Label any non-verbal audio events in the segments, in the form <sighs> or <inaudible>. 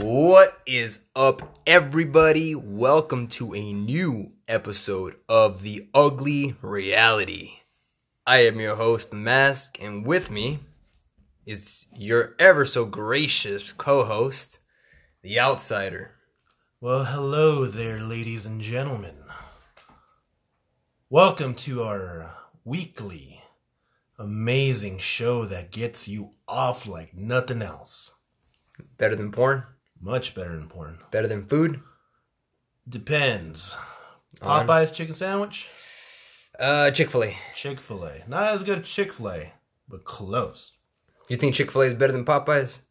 What is up, everybody? Welcome to a new episode of The Ugly Reality. I am your host, The Mask, and with me is your ever so gracious co host, The Outsider. Well, hello there, ladies and gentlemen. Welcome to our weekly amazing show that gets you off like nothing else. Better than porn? Much better than porn. Better than food? Depends. On- Popeye's chicken sandwich, Uh, Chick fil A. Chick fil A. Not as good as Chick fil A, but close. You think Chick fil A is better than Popeyes?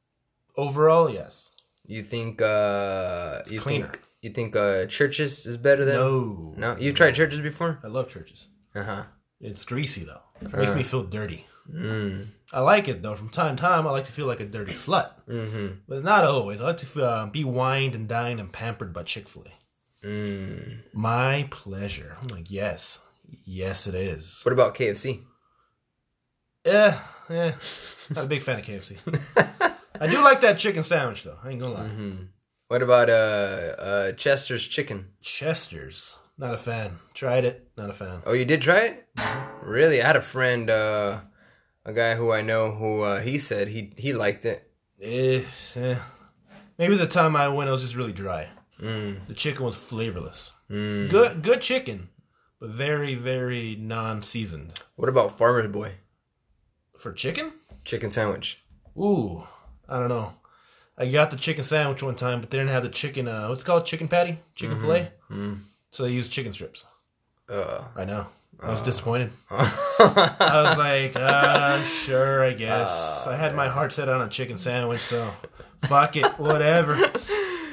Overall, yes. You think, uh, you cleaner. think, you think, uh, churches is better than? No. No? You've tried churches before? I love churches. Uh huh. It's greasy, though. It makes me feel dirty. I like it, though. From time to time, I like to feel like a dirty slut. Mm-hmm. But not always. I like to feel, uh, be wined and dined and pampered by Chick fil A. My pleasure. I'm like, yes. Yes, it is. What about KFC? Eh, eh. Not a big fan of KFC. I do like that chicken sandwich, though. I ain't gonna lie. What about uh, uh Chester's chicken? Chester's. Not a fan. Tried it. Not a fan. Oh, you did try it? Really? I had a friend, uh, a guy who I know, who uh, he said he he liked it. Eh, eh. Maybe the time I went, it was just really dry. Mm. The chicken was flavorless. Mm. Good, good chicken, but very, very non-seasoned What about Farmer's Boy for chicken. chicken sandwich? Ooh, I don't know. I got the chicken sandwich one time, but they didn't have the chicken. Uh, what's it called? Chicken patty, chicken fillet. Mm. So they used chicken strips. Uh. I know. I was disappointed. <laughs> I was like, uh, sure, I guess. I had my heart set on a chicken sandwich, so fuck it, <laughs> whatever.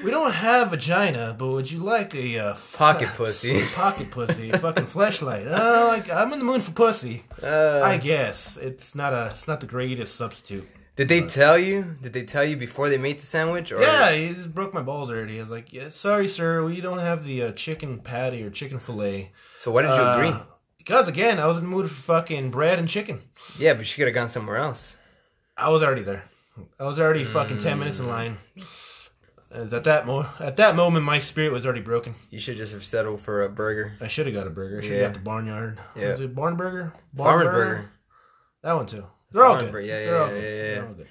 We don't have vagina, but would you like a uh, f- Pocket pussy. <laughs> pocket pussy, fucking fleshlight? Uh, like, I'm in the mood for pussy. Uh, I guess it's not a, it's not the greatest substitute. did they tell you? Did they tell you before they made the sandwich? Or Yeah, he just broke my balls already. I was like, yeah, sorry, sir, we don't have the uh, chicken patty or chicken fillet. So why did you Uh, agree? Because, again, I was in the mood for fucking bread and chicken. Yeah, but you could have gone somewhere else. I was already there. I was already fucking 10 minutes Mm. in line. As At that, mo- at that moment, my spirit was already broken. You should just have settled for a burger. I should have got a burger. I should have Yeah. got the barnyard. Yeah. Was it barn burger? Barn Farmer's burger. That one, too. They're all Farmer's good. burger, yeah, They're yeah, all yeah, good. yeah, yeah. They're all good.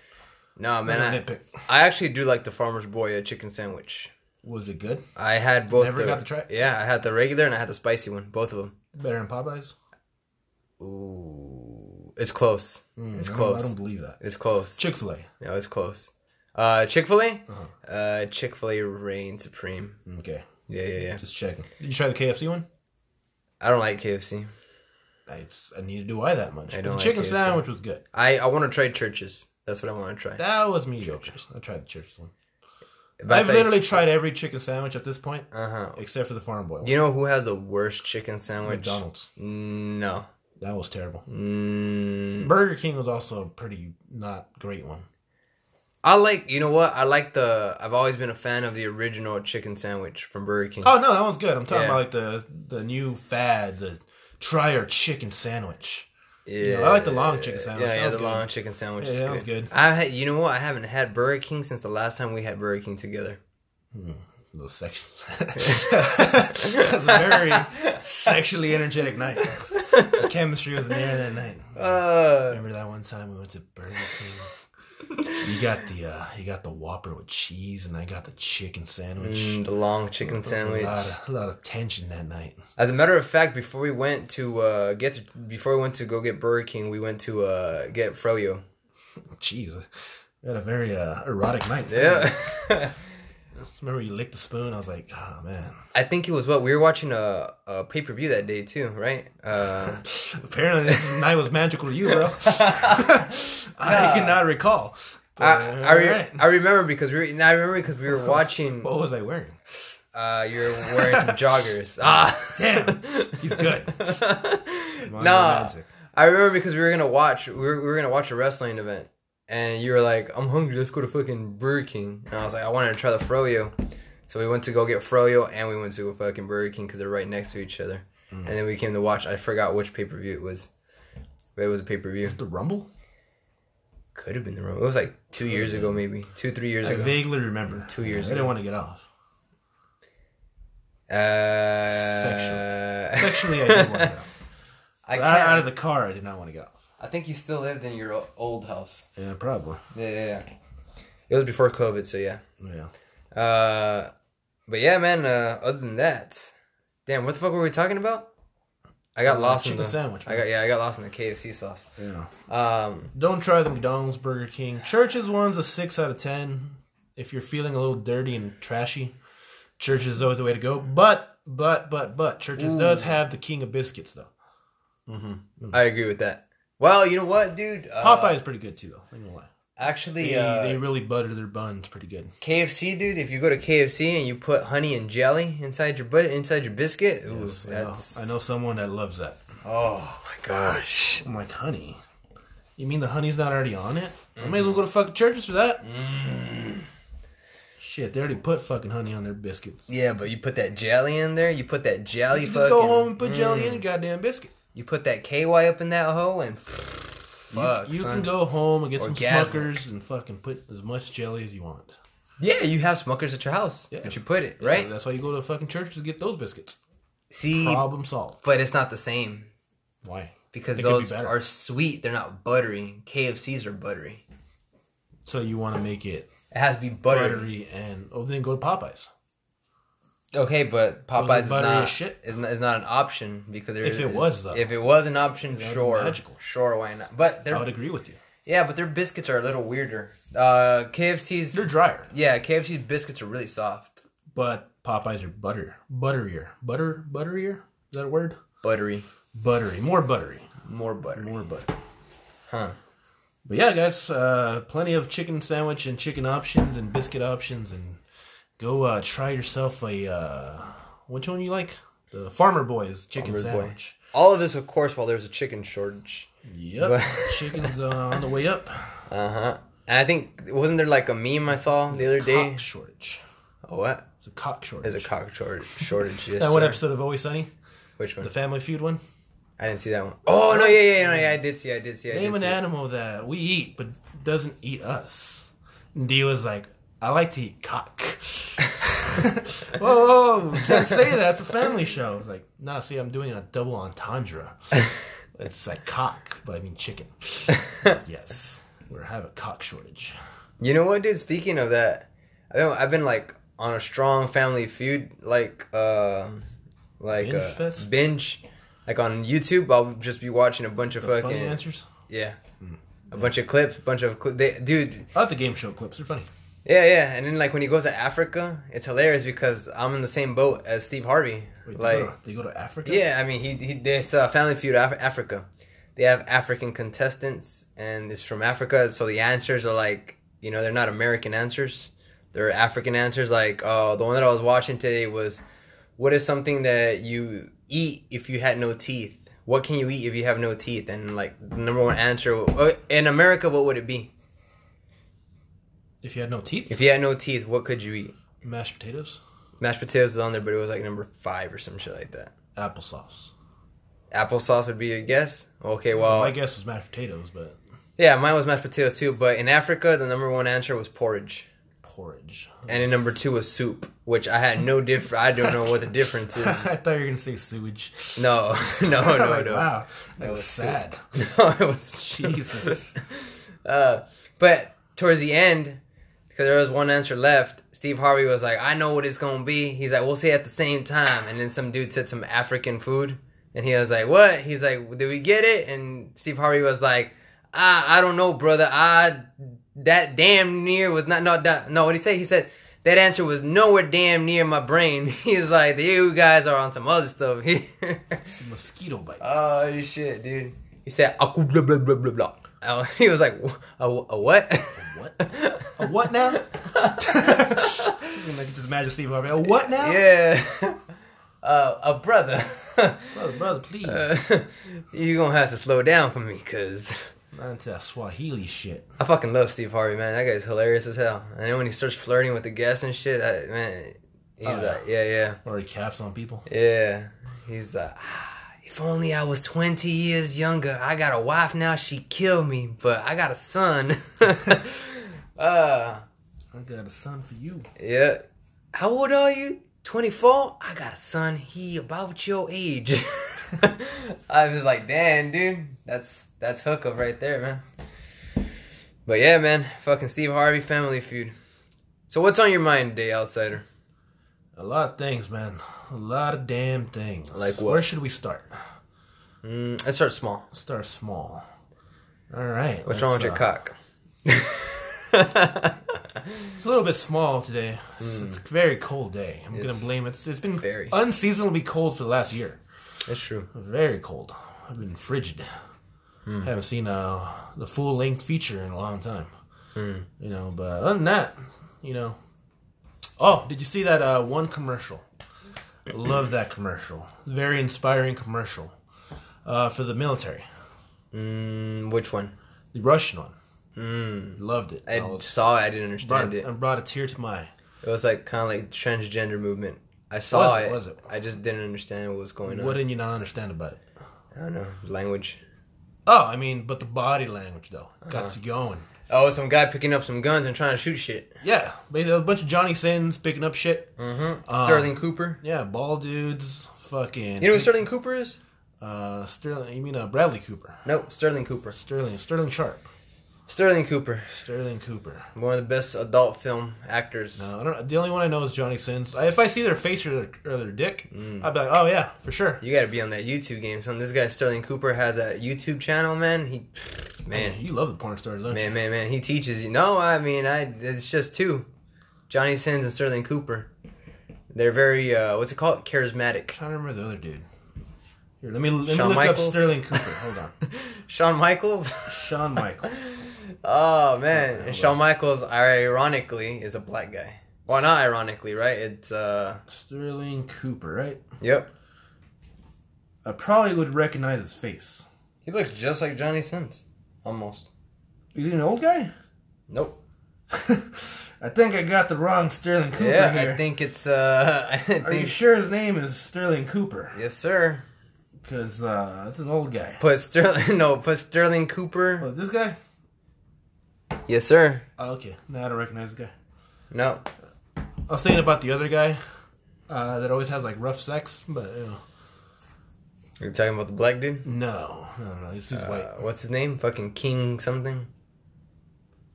No, man. Not I, a nitpick. I actually do like the Farmer's Boy uh, chicken sandwich. Was it good? I had both. Never the- got to try it? Yeah, I had the regular and I had the spicy one. Both of them. Better than Popeyes? Ooh, it's close. Mm, it's I don't- close. I don't believe that. it's close. Chick fil A. no, it's close. Uh, Chick Fil A. uh Chick Fil A reigns supreme. Okay. Yeah, yeah, yeah. Just checking. Did you try the KFC one? I don't like KFC. It's, I neither do I that much. I don't But the like chicken KFC. sandwich was good. I I want to try churches. That's what I want to try. That was mediocre. I tried the church one. If I I've thought literally it's- tried every chicken sandwich at this point, Uh-huh. except for the farm boy one. You know who has the worst chicken sandwich? McDonald's. No. That was terrible. Mm. Burger King was also a pretty not great one. I like. You know what? I like the. I've always been a fan of the original chicken sandwich from Burger King. Oh no, that one's good. I'm talking Yeah. about like the the new fad, the try our chicken sandwich. Yeah, know, I like the long chicken sandwich. Yeah, That yeah was the good. long chicken sandwich. Yeah, is that was good. I had, you know what? I haven't had Burger King since the last time we had Burger King together. Little sex. <laughs> That's a very sexually energetic night. The chemistry was in the air that night. Uh, Remember that one time we went to Burger King? You got the uh, you got the Whopper with cheese, and I got the chicken sandwich. the long chicken There was Mm, sandwich. A lot, of, a lot of tension that night. As a matter of fact, before we went to uh, get to, before we went to go get Burger King, we went to uh, get Froyo. Jeez, we had a very uh, erotic night. Yeah, Remember you licked the spoon? I was like, oh man. <laughs> I think it was what we were watching a, a pay per view that day too, right? <laughs> Uh, Apparently this night was magical to you, <laughs> bro. I cannot recall. But, I I, re- alright. I remember because we were, and I remember because we <laughs> were watching. What was I wearing? Uh, you're wearing some joggers. <laughs> Ah. Damn, he's <laughs> good. Nah, I remember because we were gonna watch we were, we were gonna watch a wrestling event, and you were like, "I'm hungry. Let's go to fucking Burger King." And I was like, "I wanted to try the froyo," so we went to go get froyo, and we went to a fucking Burger King because they're right next to each other. And then we came to watch. I forgot which pay per view it was, but it was a pay per view. The Rumble? Could have been the Roman. It was like two years ago, maybe two, three years I ago. vaguely remember. Two years I didn't ago. want to get off. Uh, Sexually, I didn't want to get off. <laughs> I, Out, out can't, of the car, I did not want to get off. I think you still lived in your o- old house. Yeah, probably. Yeah, yeah, yeah. It was before COVID, so yeah. Yeah. Uh, but yeah, man. Uh, other than that, damn, what the fuck were we talking about? I got lost in Uh, chicken the sandwich, I got yeah, I got lost in the KFC sauce. Yeah. Um, Don't try the McDonald's, Burger King. Church's one's a 6 out of 10. If you're feeling a little dirty and trashy, Church's is always the way to go. But, but, but, but, Church's does have the king of biscuits, though. I agree with that. Well, you know what, dude? Uh, Popeye's pretty good, too, though. I'm not gonna lie. Actually, They, uh, they really butter their buns pretty good. KFC, dude. If you go to KFC and you put honey and jelly inside your but inside your biscuit, ooh, Yes, I, know, that's I know someone that loves that. Oh my gosh. I'm like, honey, you mean the honey's not already on it? I may as well go to fucking Church's for that. Mm. Shit, they already put fucking honey on their biscuits. Yeah, but you put that jelly in there. You put that jelly. You just fucking, go home and put jelly in your goddamn biscuit. You put that KY up in that hoe and. Fuck, you son. can go home and get some Orgasmic. Smuckers and fucking put as much jelly as you want. Yeah, you have Smuckers at your house, Yeah. but you put it right. So that's why you go to fucking churches to get those biscuits. See, Problem solved. but it's not the same Why? because It could be those better. are sweet. They're not buttery. KFC's are buttery. So you want to make it It has to be buttery. buttery and oh, then go to Popeyes. Okay, but Popeyes is buttery not, as shit? is not is not an option because there If it is- was, though. if it was an option, be sure, magical. sure, why not? But I their would agree with you. yeah, but their biscuits are a little weirder. Uh, KFC's They're drier, yeah, KFC's biscuits are really soft, but Popeyes are butter, butterier, butter, butterier. Is that a word? buttery, Buttery, more buttery, more buttery. more buttery. Huh? But yeah, guys, uh, plenty of chicken sandwich and chicken options and biscuit options, and go uh, try yourself a uh, which one you like? The Farmer Boy's chicken Farmer Boy. sandwich. All of this, of course, while there's a chicken shortage. Yep, <laughs> chicken's uh, on the <laughs> way up. Uh huh. And I think wasn't there like a meme I saw the other day? Cock shortage. Oh, what? It's a cock There's a shortage. cock shortage. Shortage. Yes, <laughs> that one sir. episode of Always Sunny, Which one? the Family Feud one. I didn't see that one. Oh no! Yeah, yeah, yeah, no, yeah. I did see. I did see. I Name did an see. animal that we eat but doesn't eat us. And D was like, I like to eat cock. <laughs> whoa, whoa, whoa, can't say that. It's a family show. It's like, nah, see, I'm doing a double entendre. it's like cock, but I mean chicken. yes, we have a cock shortage. <laughs> You know what, dude? Speaking of that, I don't, I've been like on a strong family feud, like uh, like Binge uh, fest? binge, like on YouTube. I'll just be watching a bunch of Funny fucking answers? yeah, a bunch of clips, bunch of cli- they, dude, I like the game show clips. They're funny. yeah, yeah. And then like when he goes to Africa, it's hilarious because I'm in the same boat as Steve Harvey. Wait, like, they, go to, they go to Africa? yeah, I mean, he he there's a Family Feud Af- Africa. They have African contestants, and it's from Africa, so the answers are like you know they're not American answers. They're African answers. Like oh, the one that I was watching today was, what is something that you eat if you had no teeth? What can you eat if you have no teeth? And like the number one answer uh, in America, what would it be? If you had no teeth, If you had no teeth, what could you eat? mashed potatoes, Mashed potatoes is on there, but it was like number five or some shit like that. applesauce. Applesauce would be your guess. Okay, well, My guess was mashed potatoes, but Yeah, mine was mashed potatoes too, but in Africa, the number one answer was porridge. porridge. <laughs> And in number two was soup, which I had no different. I don't know what the difference is. I thought you were gonna say sewage. <laughs> No, <laughs> no, I'm no, like, no. Wow, that was was sad. <laughs> No, it was. <laughs> Jesus. Uh, but towards the end, because there was one answer left, Steve Harvey was like, "I know what it's gonna be." He's like, "We'll say it at the same time." And then some dude said some African food, and he was like, "What?" He's like, "Did we get it?" And Steve Harvey was like, "I I don't know, brother. I that damn near was not no that, no. What did he say? He said." That answer was nowhere damn near my brain. <laughs> He's like, you guys are on some other stuff here. <laughs> Mosquito bites. Oh shit, dude. He said aku blah blah blah blah blah. Oh, he was <laughs> like, "Wh- a, wh- a what? <laughs> what? A what now? I can just imagine Steve Harvey. A what now? yeah, uh, <laughs> a brother. <laughs> Brother, brother, please. Uh. You're gonna have to slow down for me, cause Not into that Swahili shit. I fucking love Steve Harvey, man. That guy's hilarious as hell. And then when he starts flirting with the guests and shit, I, man, he's Oh, yeah. like, yeah, yeah, Or he caps on people. yeah. He's like, ah, if if only I was 20 years younger. I got a wife now, she'd kill me, but I got a son. <laughs> uh, I got a son for you. yeah. How old are you? 24? I got a son. He about your age. <laughs> I was like, damn, dude. That's that's hook up right there, man. But yeah, man. Fucking Steve Harvey Family Feud. So what's on your mind today, outsider? A lot of things, man. A lot of damn things. Like what? Where should we start? Mm, let's start small. Let's start small. All right. What's wrong with your uh, cock? It's a little bit small today. It's, Hmm. it's a very cold day. I'm gonna blame it. It's been very. unseasonably cold for the last year. That's true. Very cold. I've been frigid. Hmm. Haven't seen uh, the full length feature in a long time. Hmm. You know, but other than that, you know. Oh, did you see that uh, one commercial? I love that commercial. It's a very inspiring commercial uh, for the military. Mm, which one? The Russian one. Loved it. Hmm. I I was- saw it. I didn't brought, understand it. it brought a tear to my eye. It was like kind of like transgender movement. I saw Was it? it. Was it? I just didn't understand what was going on. What did you not understand about it? I don't know language. Oh, I mean, but the body language though got you going. Oh, some guy picking up some guns and trying to shoot shit. Yeah, but a bunch of Johnny Sins picking up shit. Mm-hmm. Sterling Cooper. Yeah, ball dudes. Fucking. You know who Sterling Cooper is? uh, Sterling. You mean uh, Bradley Cooper? No, Sterling Cooper. Sterling. Sterling Sharp. Sterling Cooper, Sterling Cooper. one of the best adult film actors. Uh, I don't. The only one I know is Johnny Sins. I, if I see their face or their, or their dick, Mm. I'd be like, oh yeah, for sure. You got to be on that YouTube game. Son, this guy Sterling Cooper has a YouTube channel, man. He, man, You love the porn stars, don't man, man, man. He teaches you. No, I mean, I. It's just two, Johnny Sins and Sterling Cooper. They're very uh, what's it called? Charismatic. <laughs> trying to remember the other dude. Here, let me, let me Shawn look Michaels? up Sterling Cooper. Hold on. <laughs> Shawn Michaels. <laughs> Shawn Michaels. Oh man, and Shawn Michaels, ironically, is a black guy. Well, not ironically, right? It's uh, Sterling Cooper, right? yep. I probably would recognize his face. He looks just like Johnny Sins, almost. Is he an old guy? <laughs> Nope. I think I got the wrong Sterling Cooper Yeah, here. I think it's uh, <laughs> I Are you think sure his name is Sterling Cooper? yes, sir. Because uh, that's an old guy. Put Sterling, <laughs> no, put Sterling Cooper. Oh, this guy? Yes, sir. Oh, okay. Now I don't recognize this guy. No, I was thinking about the other guy uh, that always has like rough sex, but you know. you're talking about the black dude. no, no, no, he's, he's white. Uh, what's his name? Fucking King something.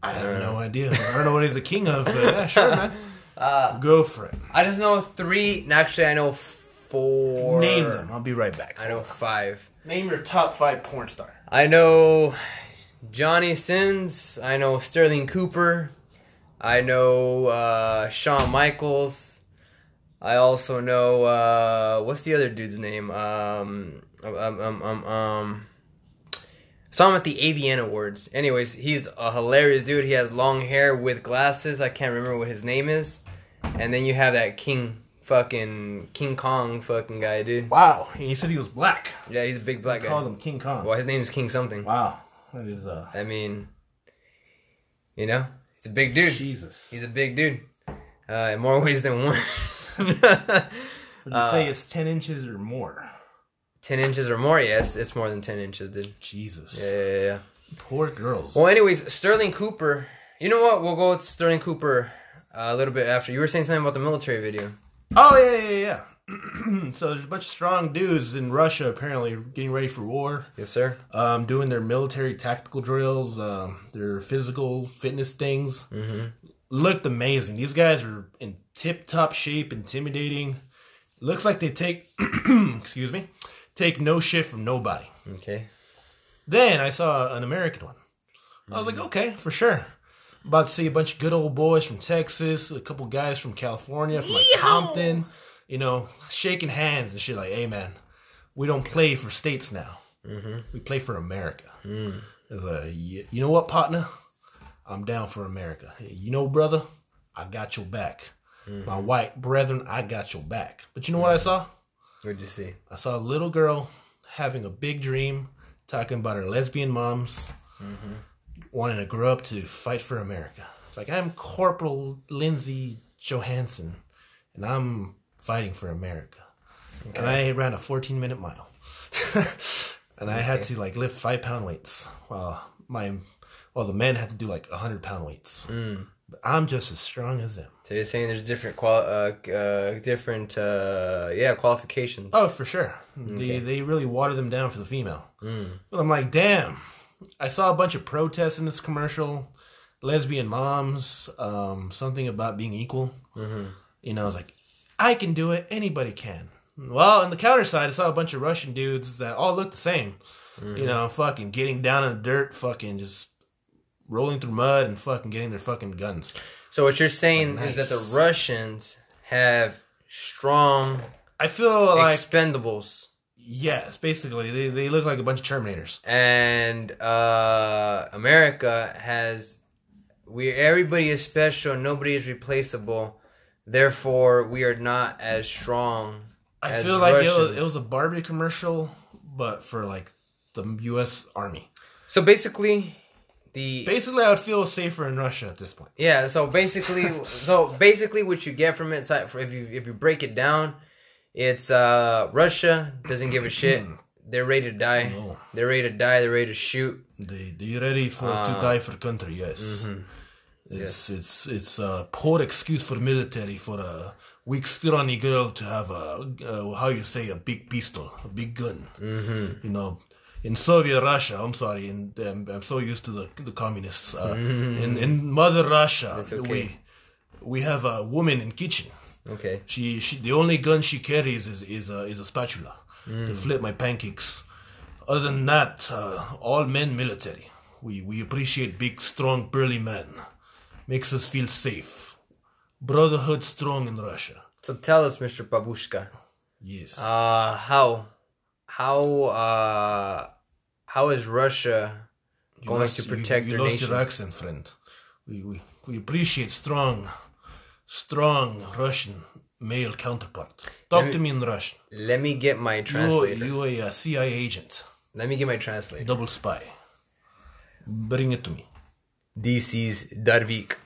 I have no idea. I don't know what he's the king of, but yeah, sure, <laughs> man. Go for it. I just know three. and Actually, I know four. Name them. I'll be right back. I know five. Name your top five porn star. I know Johnny Sins. I know Sterling Cooper. I know uh, Shawn Michaels. I also know uh, what's the other dude's name? Um, um, um, um, um, saw him at the AVN Awards. Anyways, he's a hilarious dude. He has long hair with glasses. I can't remember what his name is. And then you have that King fucking King Kong fucking guy, dude. Wow. And you said he was black. Yeah, he's a big black Called guy. him King Kong. Well, his name is King something. Wow. That is uh I mean, you know, he's a big dude. Jesus. He's a big dude. Uh, in more <laughs> ways than <laughs> one. Would you say it's ten inches or more? 10 inches or more? Yes, it's more than 10 inches, dude. Jesus. Yeah, yeah, yeah. Poor girls. Well, anyways, Sterling Cooper. You know what? We'll go with Sterling Cooper uh, a little bit after. You were saying something about the military video. Oh yeah, yeah, yeah. <clears throat> so there's a bunch of strong dudes in Russia apparently getting ready for war, Yes, sir. um, doing their military tactical drills, um, their physical fitness things. Looked amazing. These guys are in tip-top shape, intimidating. Looks like they take, <clears throat> excuse me, take no shit from nobody. Okay. Then I saw an American one. I was like, okay, for sure. About to see a bunch of good old boys from Texas, a couple guys from California, from like Compton, you know, shaking hands and shit like, hey man, we don't play for states now. We play for America. It's like, "Y- you know what, partner? I'm down for America. You know, brother, I got your back. My white brethren, I got your back. But you know what I saw? What'd you see? I saw a little girl having a big dream, talking about her lesbian moms, wanting to grow up to fight for America. It's like, I'm Corporal Lindsay Johansson, and I'm fighting for America. And I ran a 14 minute mile. <laughs> and I had to like lift five pound weights while my well the men had to do like hundred pound weights. But I'm just as strong as them. So you're saying there's different qual uh, uh different uh yeah qualifications. Oh, for sure. They they really water them down for the female. But I'm like, damn. I saw a bunch of protests in this commercial. Lesbian moms, um, something about being equal. You know, I was like, I can do it. Anybody can. Well, on the counter side, I saw a bunch of Russian dudes that all looked the same. You know, fucking getting down in the dirt, fucking just rolling through mud and fucking getting their fucking guns. So what you're saying is that the Nice. Russians have strong I feel like expendables yes, basically they they look like a bunch of Terminators. and uh America has we everybody is special, nobody is replaceable. Therefore, we are not as strong I as feel like it was, Russians. it was a Barbie commercial, but for like the U.S. Army. so basically the Basically, I would feel safer in Russia at this point. Yeah, so <laughs> basically, so basically, what you get from it, so if you if you break it down, it's uh Russia doesn't give a <clears throat> shit. They're ready to die. No. They're ready to die. They're ready to shoot. They they ready for Uh, to die for country? Yes. mm-hmm. It's it's it's a poor excuse for military for a weak scrawny girl to have a uh, how you say a big pistol, a big gun. Mm-hmm. You know, in Soviet Russia, I'm sorry, in I'm, I'm so used to the the communists. Uh, In in Mother Russia, Mm-hmm. okay. we we have a woman in kitchen. Okay. She, she the only gun she carries is is a, is a spatula Mm. to flip my pancakes. Other than that, uh, all men military. We we appreciate big, strong, burly men. Makes us feel safe. Brotherhood strong in Russia. So tell us, Mr. Babushka, Yes. uh, how how uh how is Russia You going lost- to you- protect you, their lost nation? your accent, friend. We, we we appreciate strong, strong Russian male counterpart. Talk to me in Russian. Let me get my You translator. you a uh, CIA agent, Let me get my translator. double spy. Bring it to me. This is Darvik.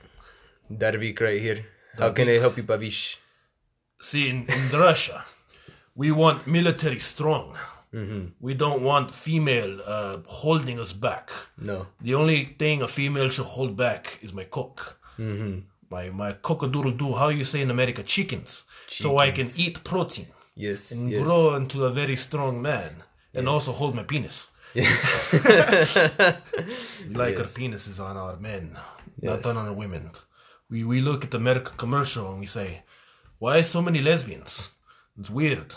Darvik right here. How can I help you, Babish? See, in, in Russia, we want military strong. We don't want female uh, holding us back. No. The only thing a female should hold back is my cock. My my cockadoodle doo. How you say in America, chickens. So I can eat protein, Yes. yes. grow into a very strong man, and also hold my penis. like our penis is on our men, not on our women. We we look at the America commercial and we say, why so many lesbians? It's weird.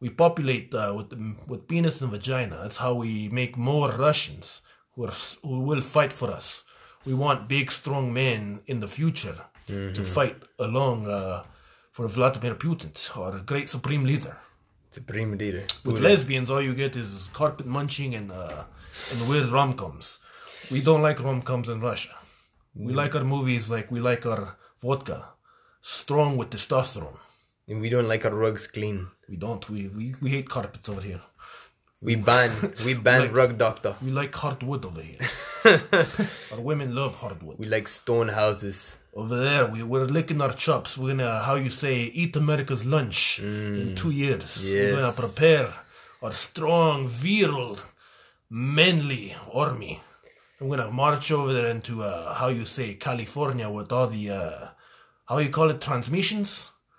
We populate uh, with with penis and vagina. That's how we make more Russians who are s- who will fight for us. We want big, strong men in the future to fight along uh, for Vladimir Putin, our great supreme leader. Supreme leader. With lesbians, all you get is carpet munching and uh, and weird rom coms. We don't like rom coms in Russia. We like our movies like we like our vodka, strong with testosterone. And we don't like our rugs clean. We don't. We we, we hate carpets over here. We ban <laughs> we ban rug doctor. We like hardwood over here. our women love hardwood. We like stone houses. Over there, we, we're licking our chops. We're gonna, how you say, eat America's lunch in two years. We're gonna Mm. yes. prepare our strong, virile, manly army. I'm gonna march over there into, uh, how you say, California with all the, uh, how you call it, transmissions?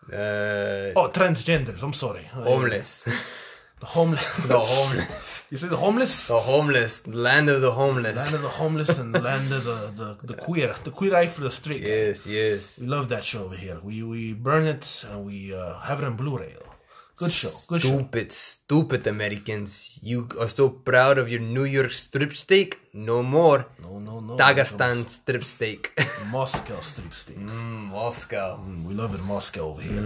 Uh, Oh, transgenders, I'm sorry. Uh, homeless. <laughs> the homeless. The homeless. Oh. you say the homeless? The homeless. Land of the homeless. Land of the homeless and land of the, the, the queer. The queer eye for the street. Yes, yes. We love that show over here. We we burn it and we uh, have it on Blu-ray. Good show. Good show. Stupid, stupid Americans. You are so proud of your New York strip steak? No more. No, no, no. Dagestan strip steak. <laughs> Moscow strip steak. Moscow. Mm, We love it in Moscow over here.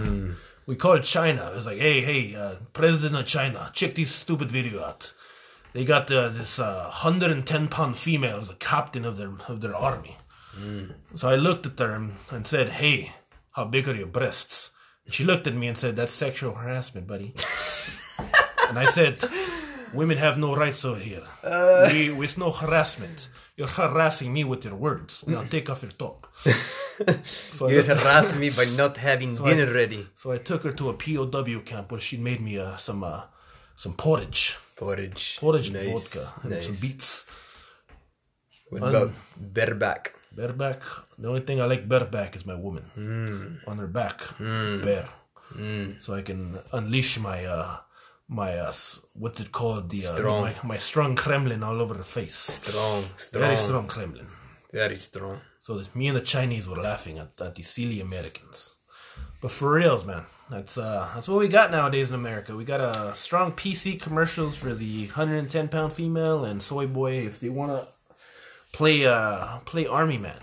We call it China. It's like, hey, hey, uh, president of China, check this stupid video out. They got uh, this uh, 110 pound female as a captain of their of their army. So I looked at her and said, hey, how big are your breasts? And she looked at me and said, that's sexual harassment, buddy. and I said, women have no rights over here. we, it's no harassment. You're harassing me with your words. Now take off your top. so I You looked harass me <laughs> by not having dinner ready. so I took her to a POW camp where she made me uh, some uh, some porridge, Porridge. porridge and Nice, vodka, and nice. some beets. What about Berback? Bare back. The only thing I like bare back is my woman Hmm. on her back, bare, so I can unleash my uh, my uh, s- what's it called the uh, Strong. my, my strong Kremlin all over the face. Strong, strong, Very strong Kremlin. very strong. So that me and the Chinese were laughing at, at the silly Americans. But for reals, man, that's uh, that's what we got nowadays in America. We got uh, strong PC commercials for the 110 pound female and soy boy if they wanna play uh, play army man.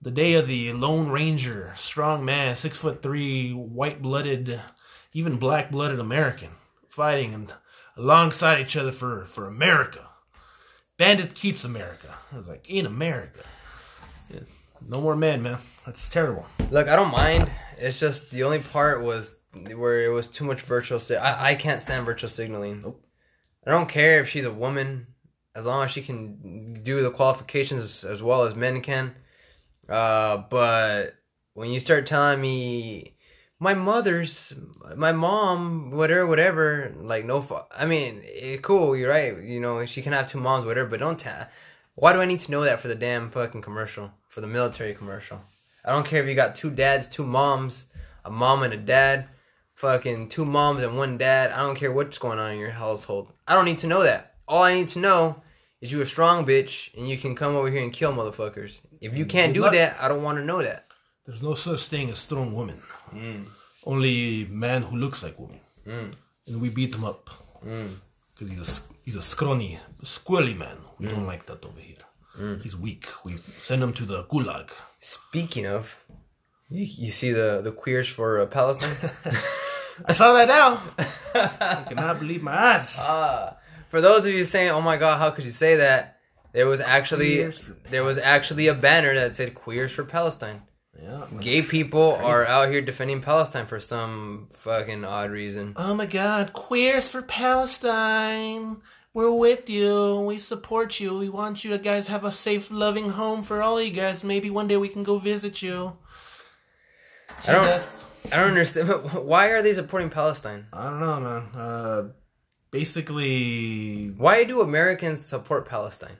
The day of the Lone Ranger, strong man, six foot three, white blooded, even black blooded American, fighting and alongside each other for for America. Bandit keeps America. I was like, in America. Yeah. No more men, man. That's terrible. Look, I don't mind. It's just the only part was where it was too much virtual. Si- I I can't stand virtual signaling. Nope. I don't care if she's a woman, as long as she can do the qualifications as, as well as men can. Uh, but when you start telling me my mother's, my mom, whatever, whatever, like no, fa- I mean, eh, cool, you're right. You know, she can have two moms, whatever. But don't tell. Why do I need to know that for the damn fucking commercial? For the military commercial? I don't care if you got two dads, two moms, a mom and a dad, fucking two moms and one dad. I don't care what's going on in your household. I don't need to know that. All I need to know is you a strong bitch and you can come over here and kill motherfuckers. If you can't Good do luck. that, I don't want to know that. There's no such thing as strong women. Hmm. Only man who looks like woman. And we beat him up. Hmm. Because he's, a, sc- he's a scrawny, squirrely man. We don't like that over here. He's weak. We send him to the gulag. Speaking of, you, you see the the queers for uh, Palestine. <laughs> I saw that now. <laughs> Uh, I cannot believe my eyes. for those of you saying, "Oh my god, how could you say that?" There was actually Queers for there was actually a banner that said "Queers for Palestine." yeah. Gay people are out here defending Palestine for some fucking odd reason. Oh my God, queers for Palestine. We're with you. We support you. We want you to guys have a safe, loving home for all you guys. Maybe one day we can go visit you. I don't That's- I don't understand. But why are they supporting Palestine? I don't know, man. Uh, basically, Why do Americans support Palestine?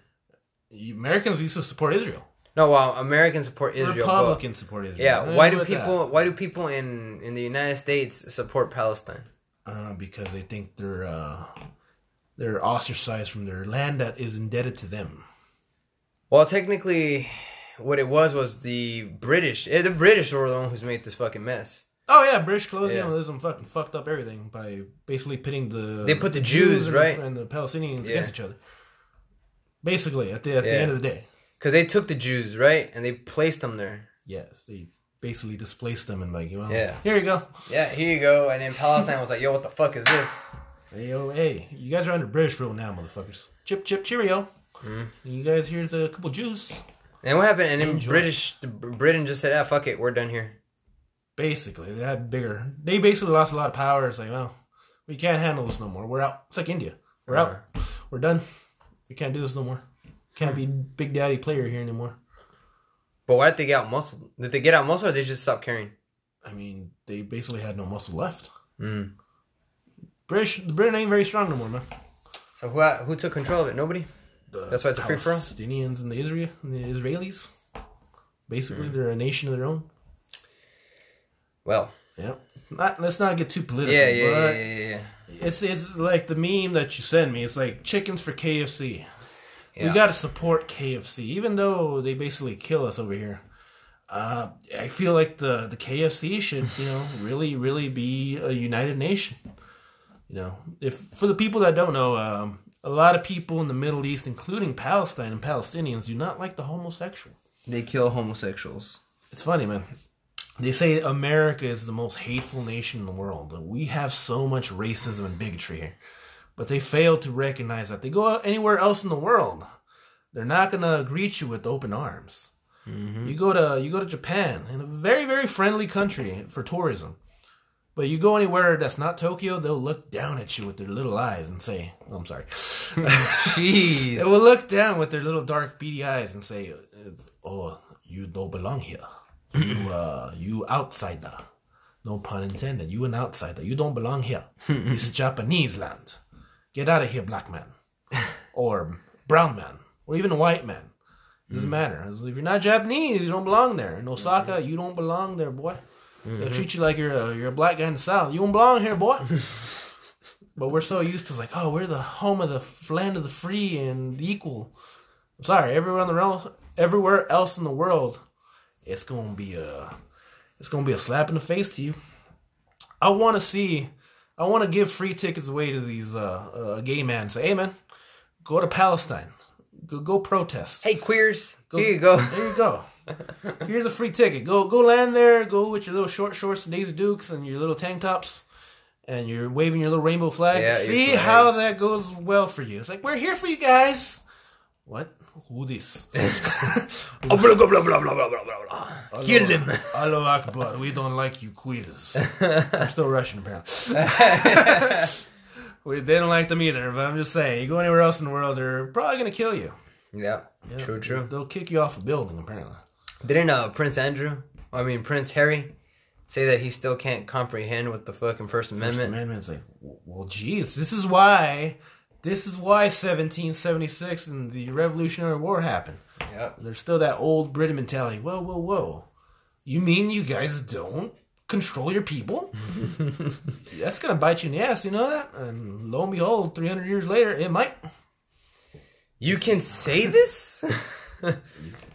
Americans used to support Israel. No, well, Americans support Israel. but- Republicans support Israel. I yeah, don't why do know about people why do people in in the United States support Palestine? that. Uh, because they think they're uh, they're ostracized from their land that is indebted to them. Well, technically, what it was was the British. eh, The British were the one who's made this fucking mess. Oh yeah, British Yeah. colonialism fucking fucked up everything by basically pitting the They put the Jews, and right? the, and the Palestinians Yeah. against each other. Basically, at the at Yeah. the end of the day, Because they took the Jews, right? And they placed them there. yes, they basically displaced them and like, well, Yeah. here you go. Yeah, here you go. And then Palestine was like, yo, what the fuck is this? Hey, oh, hey, you guys are under British rule now, motherfuckers. Chip, chip, cheerio. Mm. And You guys here's a couple Jews. And what happened? And then Enjoy. British, the Br- Britain just said, ah, fuck it, we're done here. Basically, they had bigger. They basically lost a lot of power. It's like, well, we can't handle this no more. We're out. It's like India. We're Uh, Uh-huh. out. We're done. We can't do this no more. Can't be Big Daddy player here anymore. But why did they get out muscle? Did they get out muscle or did they just stop caring? I mean, they basically had no muscle left. Mm. British, the Britain ain't very strong no more, man. So who uh, who took control of it? Nobody? The That's why it's a free-for-all? Palestinians and the Israel, and the Israelis. Mm. Basically, they're a nation of their own. Well, Yeah. Not, let's not get too political. yeah, yeah, yeah, but yeah, yeah, yeah. It's it's like the meme that you send me. It's like chickens for KFC. Yeah. We gotta support KFC, even though they basically kill us over here. Uh, I feel like the the KFC should you know really really be a united nation. You know, if for the people that don't know, um, a lot of people in the Middle East, including Palestine and Palestinians, do not like the homosexual. They kill homosexuals. It's funny, man. They say America is the most hateful nation in the world. and We have so much racism and bigotry here. But they fail to recognize that. They go out anywhere else in the world, they're not going to greet you with open arms. You go to you go to Japan, in a very very friendly country for tourism. But you go anywhere that's not Tokyo, they'll look down at you with their little eyes and say, oh, "I'm sorry." They Jeez. will look down with their little dark beady eyes and say, "Oh, you don't belong here. You, uh, you outsider. No pun intended. You an outsider. You don't belong here. it's Japanese land. Get out of here, black man. Or brown man. Or even white man. Doesn't matter. As- If you're not Japanese, you don't belong there. In Osaka, you don't belong there, boy. They'll treat you like you're a, you're a black guy in the South. You don't belong here, boy. but we're so used to like, oh, we're the home of the f- land of the free and the equal. I'm sorry, everywhere in the realm, everywhere else in the world, it's gonna be a, it's gonna be a slap in the face to you. I want to see, I want to give free tickets away to these uh, uh gay men. Say, hey man, go to Palestine, go go protest. Hey, queers, here you go. There you go. <laughs> Here's a free ticket. Go go land there. Go with your little short shorts and Daisy Dukes and your little tank tops, and you're waving your little rainbow flag. Yeah, your See flag. how that goes well for you. It's like we're here for you guys. What? Who this? Oh, blah, blah, blah, blah, blah, blah, blah, blah, blah. <laughs> Kill him. Allahu Akbar. We don't like you <laughs> queers. I'm still Russian apparently. <laughs> we, they don't like them either. But I'm just saying, you go anywhere else in the world, they're probably gonna kill you. Yeah, true, true. They'll kick you off a building apparently. Didn't uh, Prince Andrew, I mean Prince Harry, say that he still can't comprehend what the fucking First Amendment? First Amendment's like, w- well, geez, this is why, this is why 1776 and the Revolutionary War happened. Yep. There's still that old Britain mentality. Whoa, whoa, whoa! You mean you guys don't control your people? That's gonna bite you in the ass, you know that? And lo and behold, 300 years later, it might. You can say this? <laughs>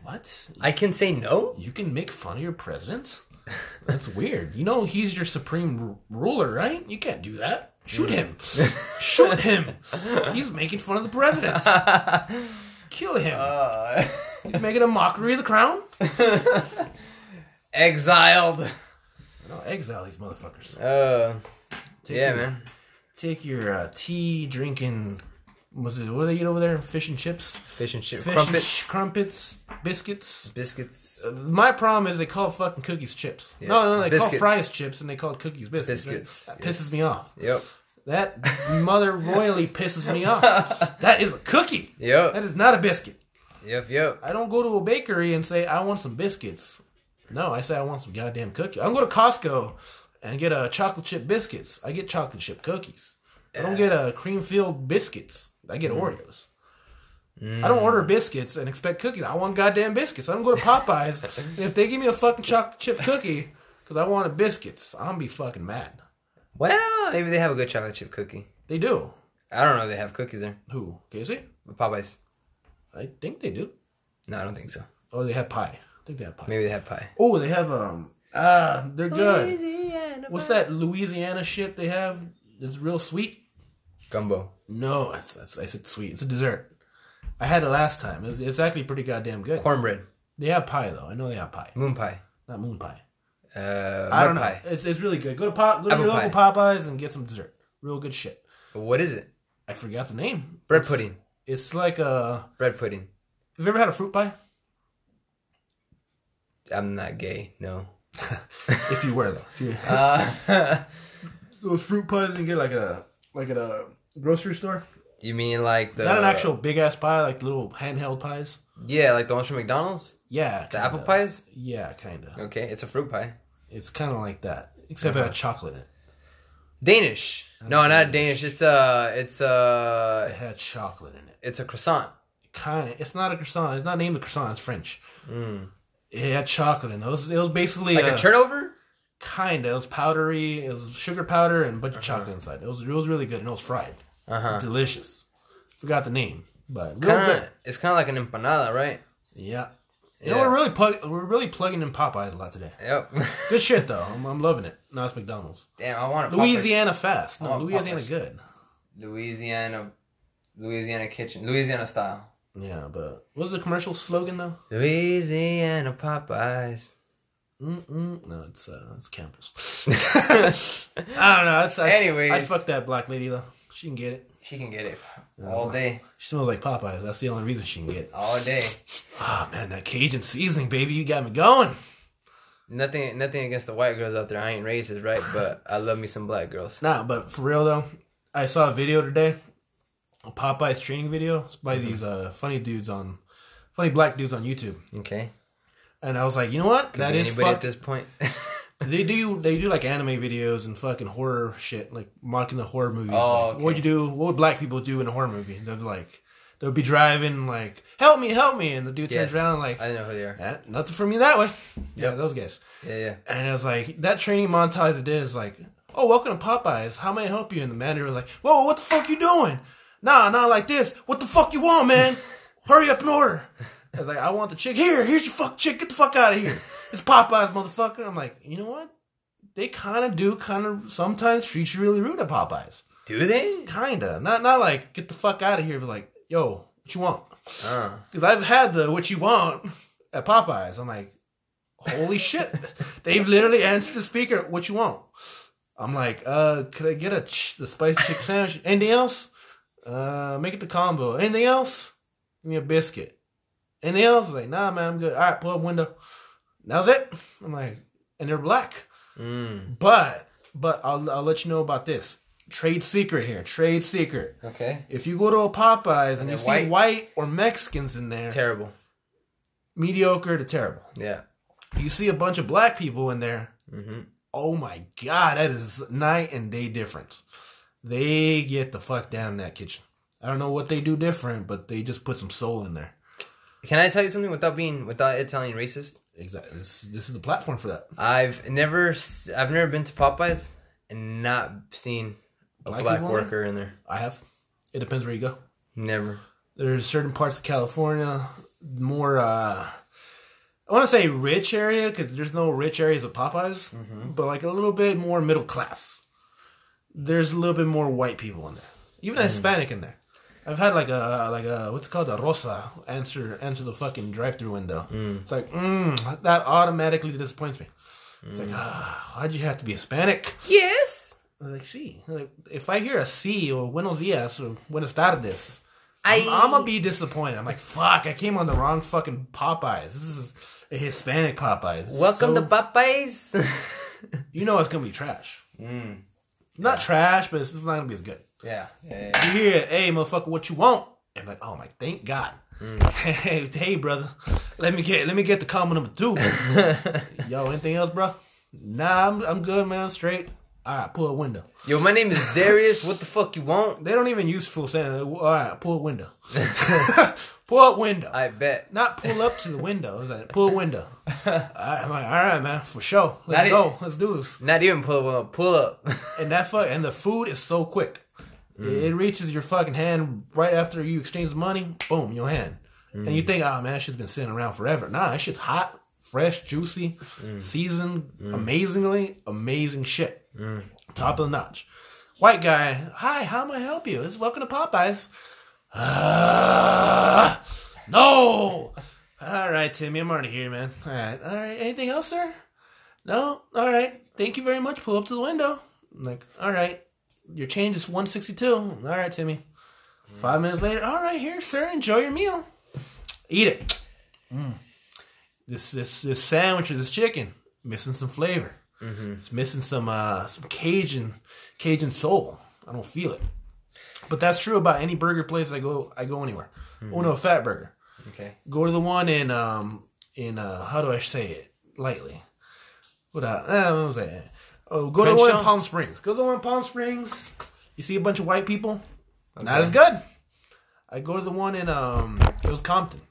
What? I can say no? You can make fun of your president? That's weird. You know he's your supreme r- ruler, right? You can't do that. Shoot him. Mm. Shoot him. He's making fun of the president. Kill him. Uh, <laughs> He's making a mockery of the crown. exiled. No, exile these motherfuckers. Uh, Take yeah, your, man. Take your uh, tea drinking. Was it what do they eat over there? Fish and chips, Fish and shit, fish and crumpets, sh- crumpets, biscuits. biscuits, Uh, My problem is they call fucking cookies chips. No, no, they call Biscuits. fries chips and they call cookies biscuits. right? Biscuits, That pisses yes. me off. yep, That mother royally pisses me off. That is a cookie. That yep, is not a biscuit. yep, yep. I don't go to a bakery and say I want some biscuits. No, I say I want some goddamn cookies. I don't go to Costco and get a chocolate chip biscuits. I get chocolate chip cookies. I don't get a cream filled biscuits. I get Oreos. I don't order biscuits and expect cookies. I want goddamn biscuits. I don't go to Popeyes and if they give me a fucking chocolate chip cookie because I wanted biscuits, I'm gonna be fucking mad. Well, maybe they have a good chocolate chip cookie. They do. I don't know. if They have cookies there. Who? Casey? Popeyes. I think they do. No, I don't think so. Oh, they have pie. I think they have pie. Maybe they have pie. Oh, they have um. Ah, they're good. What's that Louisiana shit they have? It's real sweet. Gumbo. No, it's, it's, I said sweet. It's a dessert. I had it last time. It's, it's actually pretty goddamn good. Cornbread. They have pie though. I know they have pie, Moon pie. not moon pie. Uh, I don't mud pie. know. It's, it's really good. Go to pop. Go to Apple your local Popeyes and get some dessert. Real good shit. What is it? I forgot the name. Bread It's- pudding. It's like a. Bread pudding. Have you ever had a fruit pie? <laughs> I'm not gay. <laughs> No. If you were though, if you, Uh, <laughs> <laughs> those fruit pies you can get like a like at a grocery store. you mean like the Not an actual big ass pie, like little handheld pies. Yeah, like the ones from McDonald's. Yeah, The kinda. apple pies. Yeah, kind of. Okay, Uh-huh. it's a fruit pie. It's kind of like that, except it had chocolate in it. Danish. No, not Danish. It's a. It's a. It had chocolate in it. It's a croissant. Kind. It's not a croissant. It's not named a croissant. It's French. It had chocolate in it. It was, it was basically Mm. Like a turnover. kind of. It was powdery. It was sugar powder and a Uh-huh. bunch of chocolate inside. It was it was really good and it was fried. Uh huh. Delicious. Forgot the name, but real good. Kinda, it's kind of like an empanada, right? Yeah. You Yeah. know, we're really plug- we're really plugging in Popeyes a lot today. Yep. <laughs> Good shit though. I'm, I'm loving it. No, it's McDonald's. Damn, I want a Popeyes. Louisiana fast. No, Oh, Louisiana Popeyes. good. Louisiana, Louisiana kitchen, Louisiana style. Yeah, but what was the commercial slogan though? Louisiana Popeyes. <laughs> Mm-mm. No, it's uh, it's Campbell's. I don't know. That's, I, Anyways. I'd fuck that black lady though. She can get it. She can <sighs> get it all day, She smells like Popeyes. That's the only reason she can get it. all day. Ah man, that Cajun seasoning, baby, you got me going. Nothing, nothing against the white girls out there. I ain't racist, <laughs> right? But I love me some black girls. Nah, but for real though, I saw a video today, a Popeyes training video. It's by Mm-hmm. these uh, funny dudes on, funny black dudes on YouTube, Okay. and I was like, you know what? That Be is anybody fuck- at this point. <laughs> they do they do like anime videos and fucking horror shit, like mocking the horror movies. Oh, Like, What would you do? What would black people do in a horror movie? They'd be like, they'll be driving like, help me, help me, and the dude turns Yes. around like, I don't know who they are. "Eh, nothing for me that way. Yeah, Yep. those guys. Yeah, yeah. And it was like that training montage. It is like, oh, welcome to Popeyes. How may I help you? And the manager was like, whoa, what the fuck you doing? Nah, not like this. What the fuck you want, man? Hurry up and order. I was like, I want the chick. Here, here's your fuck chick. Get the fuck out of here. It's Popeyes, motherfucker. I'm like, you know what? They kind of do, kind of sometimes treat you really rude at Popeyes. Do they? Kinda, not not like get the fuck out of here, but like, yo, what you want? Uh, Because I've had the what you want at Popeyes. I'm like, holy <laughs> shit. They've literally answered the speaker, what you want? I'm like, uh, could I get a ch- the spicy chicken sandwich? Anything else? Uh, make it the combo. Anything else? Give me a biscuit. Anything else? Like, nah, man, I'm good. All right, pull up window. That was it. I'm like, and they're black. mm, But, but I'll, I'll let you know about this. Trade secret here. Trade secret. okay. If you go to a Popeyes and, And they're you see white? white. or Mexicans in there, Terrible. mediocre to terrible. Yeah. You see a bunch of black people in there. Mm-hmm. Oh my god, that is night and day difference. They get the fuck down in that kitchen. I don't know what they do different, but they just put some soul in there. Can I tell you something without being without it sounding racist? Exactly. This, this is the platform for that. I've never s- I've never been to Popeyes and not seen a Black black, people in worker in there. I have. It depends where you go. Never. There's certain parts of California more. uh I want to say rich area because there's no rich areas of Popeyes, but like a little bit more middle class. There's a little bit more white people in there, even a Hispanic in there. I've had like a like a what's it called a rosa answer answer the fucking drive through window. It's like mm, that automatically disappoints me. It's like ah, why'd you have to be Hispanic? Yes, I was like, see, like, if I hear a C or buenos dias or buenas tardes, I- I'm, I'm gonna be disappointed. I'm like, fuck, I came on the wrong fucking Popeyes. This is a Hispanic Popeyes. It's Welcome so- to Popeyes. <laughs> you know it's gonna be trash. mm. Not trash, but it's, it's not gonna be as good. Yeah. yeah, You hear, hey, motherfucker, what you want? I'm like, oh my, thank God. Mm. Hey, <laughs> hey, brother, let me get let me get the combo number <laughs> two. yeah. Yo, anything else, bro? Nah, I'm I'm good, man. Straight. All right, pull a window. Yo, my name is Darius. What the fuck you want? They don't even use full sentence. All right, pull <laughs> up window. <laughs> pull up window. I bet. Not pull up to the window. It's like pull <laughs> window. All right, I'm like, all right, man, for sure. Let's That is- go. Let's do this. Not even pull up. Pull up. <laughs> And that fuck and the food is so quick. It- It reaches your fucking hand right after you exchange the money. Boom, your hand. And you think, oh man, that shit's been sitting around forever. Nah, that shit's hot, fresh, juicy, seasoned, amazingly, amazing shit. Top of the notch. White guy, hi, how may I help you? This is welcome to Popeyes. Uh, no. All right, Timmy, I'm already here, man. All right, all right. Anything else, sir? No. All right. Thank you very much. Pull up to the window. I'm like, all right. Your change is 162. All right, Timmy. Five minutes later. All right, here, sir. Enjoy your meal. Eat it. Mm. This this this sandwich or this chicken missing some flavor. It's missing some uh some Cajun Cajun soul. I don't feel it. But that's true about any burger place I go I go anywhere. Oh no, fat burger. Okay. Go to the one in um in uh how do I say it lightly? What uh, eh, what was that? Oh, go to the one in Crenshaw? Palm Springs. Go to the one in Palm Springs. You see a bunch of white people. Not as good. I go to the one in um it was Compton.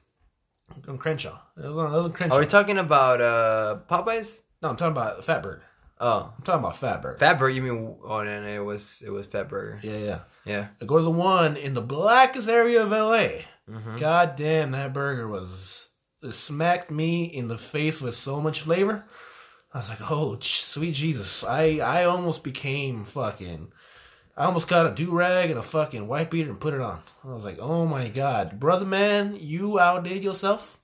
On Crenshaw. It was on, it was on Crenshaw. Are we talking about uh Popeyes? no, I'm talking about Fat Burger. Oh, I'm talking about Fat Burger. Fat Burger. You mean? Oh, no, no, it was it was Fat Burger. yeah, yeah. Yeah. I go to the one in the blackest area of LA. God damn, that burger was it smacked me in the face with so much flavor. I was like, oh, ch- sweet Jesus! I I almost became fucking. I almost got a do rag and a fucking white beater and put it on. I was like, oh my god, brother man, you outdid yourself.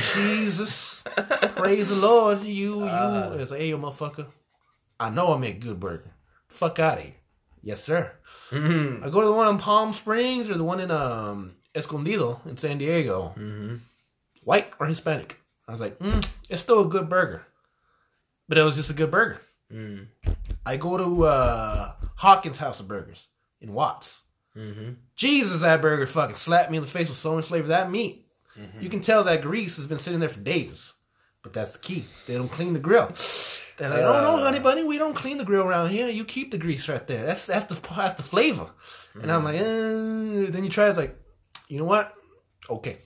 Jesus, praise the Lord, you you. It's like, hey, you motherfucker. I know I make good burger. Fuck out of here. Yes, sir. Mm-hmm. I go to the one in Palm Springs or the one in um, Escondido in San Diego. Mm-hmm. White or Hispanic? I was like, mm, it's still a good burger, but it was just a good burger. Mm. I go to uh, Hawkins House of Burgers in Watts. Mm-hmm. Jesus, that burger fucking slapped me in the face with so much flavor. That meat, you can tell that grease has been sitting there for days. But that's the key. They don't clean the grill. They're like, oh no, honey bunny, we don't clean the grill around here. You keep the grease right there. That's that's the that's the flavor. And I'm like, eh. then you try. It's like, you know what? Okay,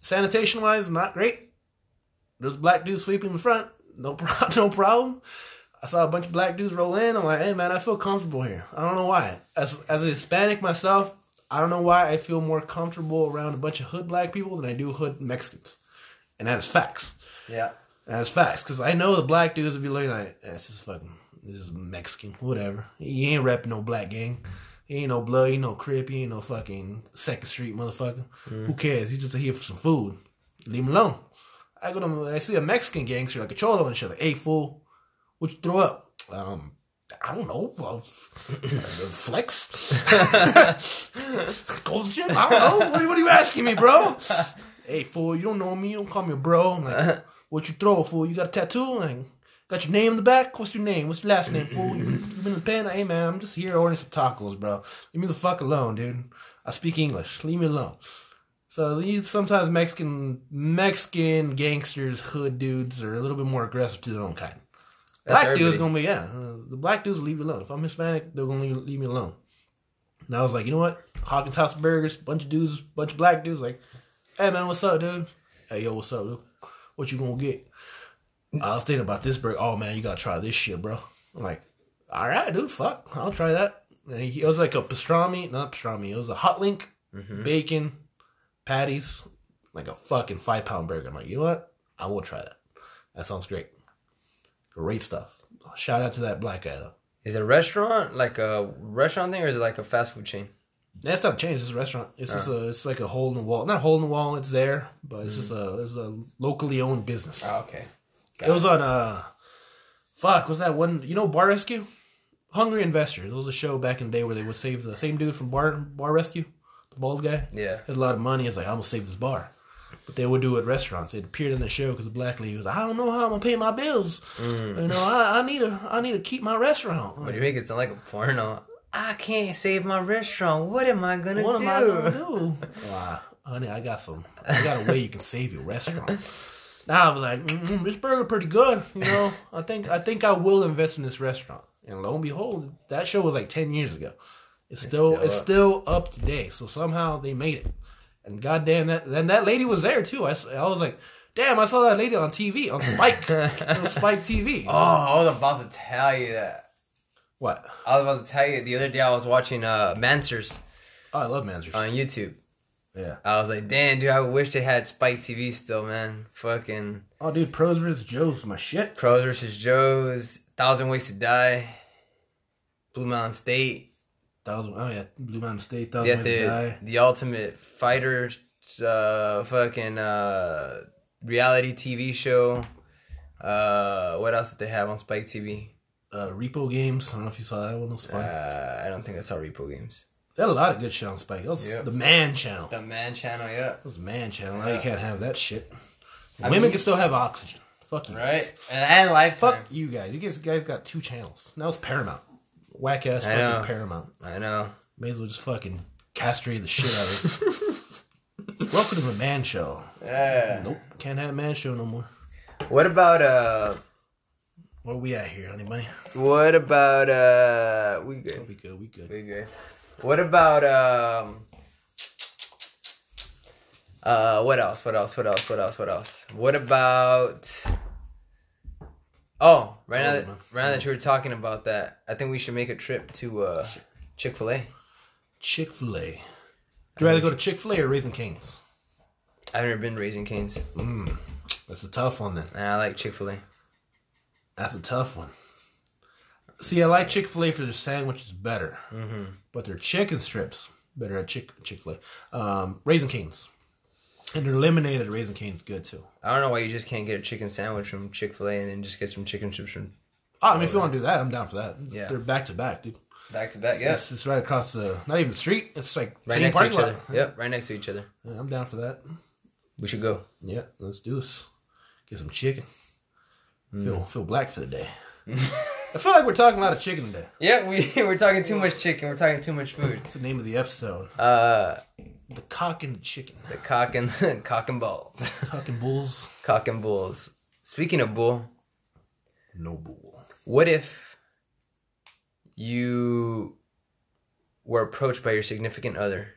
sanitation wise, not great. There's black dudes sweeping in front. No problem. <laughs> No problem. I saw a bunch of black dudes roll in. I'm like, hey man, I feel comfortable here. I don't know why. As as a Hispanic myself, I don't know why I feel more comfortable around a bunch of hood black people than I do hood Mexicans. And that is facts. Yeah. And That's facts, because I know the black dudes would be looking like, that's just fucking, this is Mexican, whatever. He ain't rapping no black gang. He ain't no blood, he ain't no crip, he ain't no fucking Second Street motherfucker. Who cares? He's just here for some food. Leave him alone. I go to, I see a Mexican gangster like a cholo and shit, like, hey fool, what you throw up? Um, I don't know. Uh, <laughs> flex? <laughs> Go to the gym? I don't know. What are, what are you asking me, bro? hey fool, you don't know me. You don't call me a bro. I'm like, what you throw, fool? You got a tattoo? Like, got your name in the back? What's your name? What's your last name, fool? You been, you been in the pen? Hey man, I'm just here ordering some tacos, bro. Leave me the fuck alone, dude. I speak English. Leave me alone. So these sometimes Mexican Mexican gangsters, hood dudes are a little bit more aggressive to their own kind. That's black dude's everybody. gonna be yeah. uh, the black dudes leave you alone. If I'm Hispanic, they're gonna leave, leave me alone. And I was like, you know what? Hawkins House Burgers, bunch of dudes, bunch of black dudes. Like, hey man, what's up, dude? Hey yo, what's up, dude? What you gonna get? I was thinking about this burger. Oh man, you gotta try this shit, bro. I'm like, all right, dude, fuck, I'll try that. And he, it was like a pastrami, not pastrami. It was a hot link, Mm-hmm. bacon, patties, like a fucking five pound burger. I'm like, you know what? I will try that. That sounds great. Great stuff. Shout out to that black guy though. Is it a restaurant like a restaurant thing, or is it like a fast food chain? That's not a change. It's a restaurant. It's just a. It's like a hole in the wall. Not a hole in the wall. It's there, but it's just a. It's a locally owned business. Oh, okay. it was on uh, fuck. Was that one? You know, Bar Rescue, Hungry Investor. There was a show back in the day where they would save the same dude from Bar Bar Rescue, the bald guy. Yeah. There's a lot of money. It's like, I'm going to save this bar. But they would do it at restaurants. It appeared in the show because the black lady was, I don't know how I'm going to pay my bills. You know, I, I need to I need to keep my restaurant. What do you Mm. make it sound like a porno? I can't save my restaurant. What am I gonna what do? am I going to do? Wow, honey, I got some. I got a way you can save your restaurant. Now I was like, mm this burger pretty good. You know, I think I think I will invest in this restaurant. And lo and behold, that show was like ten years ago. It's still still it's up. still up today. So somehow they made it. And goddamn that then that lady was there too. I, s- I was like, damn, I saw that lady on TV on Spike on Spike <laughs> TV. Oh, I was about to tell you that. What? I was about to tell you the other day. I was watching uh Mansers Oh, I love Manzers. on YouTube. yeah. I was like, damn, dude, I wish they had Spike TV still, man. Fucking Oh, dude, Pros vs. Joe's my shit. Pros versus Joes, Thousand Ways to Die, Blue Mountain State. Thousand. Oh yeah, Blue Mountain State. Thousand Yeah, Ways to the Die. the ultimate fighter, uh, fucking uh, reality TV show. Uh, what else did they have on Spike TV? Uh, Repo Games. I don't know if you saw that one. It was fun. Uh, I don't think I saw Repo Games. They had a lot of good shit on Spike. That was Yeah. the Man Channel. That The Man Channel, yeah, was the Man Channel. Now you can't have that shit. Women mean- can still have oxygen. Fuck you. guys. right, and, and Lifetime. Fuck you guys. You guys, guys got two channels. Now it's Paramount. Whack ass I fucking know. Paramount. I know. May as well just fucking castrate the shit out of us. <laughs> Welcome to the Man Show. Yeah. Nope, can't have Man Show no more. What about uh? Where we at here, honey bunny? What about uh? We good. We good. We good. We good. What about um? Uh, what else? What else? What else? What else? What else? What about? Oh, right now, Totally, that, man. right now that you were talking about that, I think we should make a trip to uh, Chick Fil A. Chick Fil A. Do you rather go to Chick Fil A or Raising Cane's? I've never been to Raising Cane's, That's a tough one then. and I like Chick Fil A. That's a tough one. See, I like Chick Fil A for their sandwiches better, mm-hmm. but their chicken strips better at Chick Chick Fil A. Um, Raisin Canes, and their lemonade at Raisin Cane's good too. I don't know why you just can't get a chicken sandwich from Chick Fil A and then just get some chicken chips from Oh, I mean, if you want to do that, I'm down for that. Yeah. they're back to back, dude. back to back. Yep, It's, it's right across the not even the street. It's like right same next to each parking lot. other. Yep, right next to each other. Yeah, I'm down for that. We should go. Yeah, let's do this. Get some chicken. Hmm. Feel feel black for <laughs> the day. I feel like we're talking a lot of chicken today. Yeah, we <laughs> we're talking too much chicken. We're talking too much food. That's the name of the episode. Uh. the cock and the chicken. The cock and <laughs> cock and balls, Cock and bulls. cock and bulls. Speaking of bull, Noble. What if you were approached by your significant other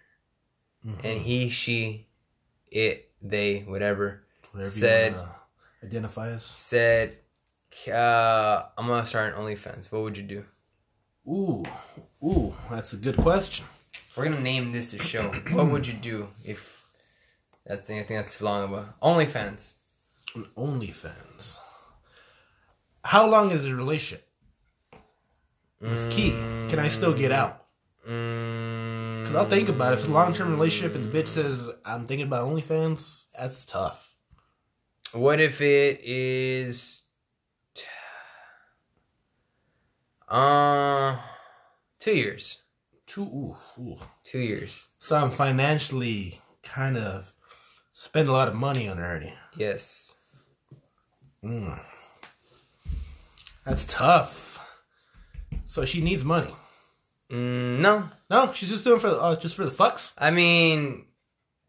and he, she, it, they, whatever, Whatever Said- you wanna identify us. said, uh, I'm going to start an OnlyFans? What would you do? Ooh, ooh, that's a good question. We're going to name this the show. what would you do if that's the I think that's too long of a OnlyFans? OnlyFans. How long is the relationship? It's key. Can I still get out? Mm, Because I'll think about it. If it's a long term relationship and the bitch says, I'm thinking about OnlyFans, that's tough. What if it is? Uh, two years. Too, ooh, ooh. Two years. So I'm financially kind of spend a lot of money on her already. Yes. That's tough. So she needs money. Mm, no, No, she's just doing for the uh, just for the fucks. I mean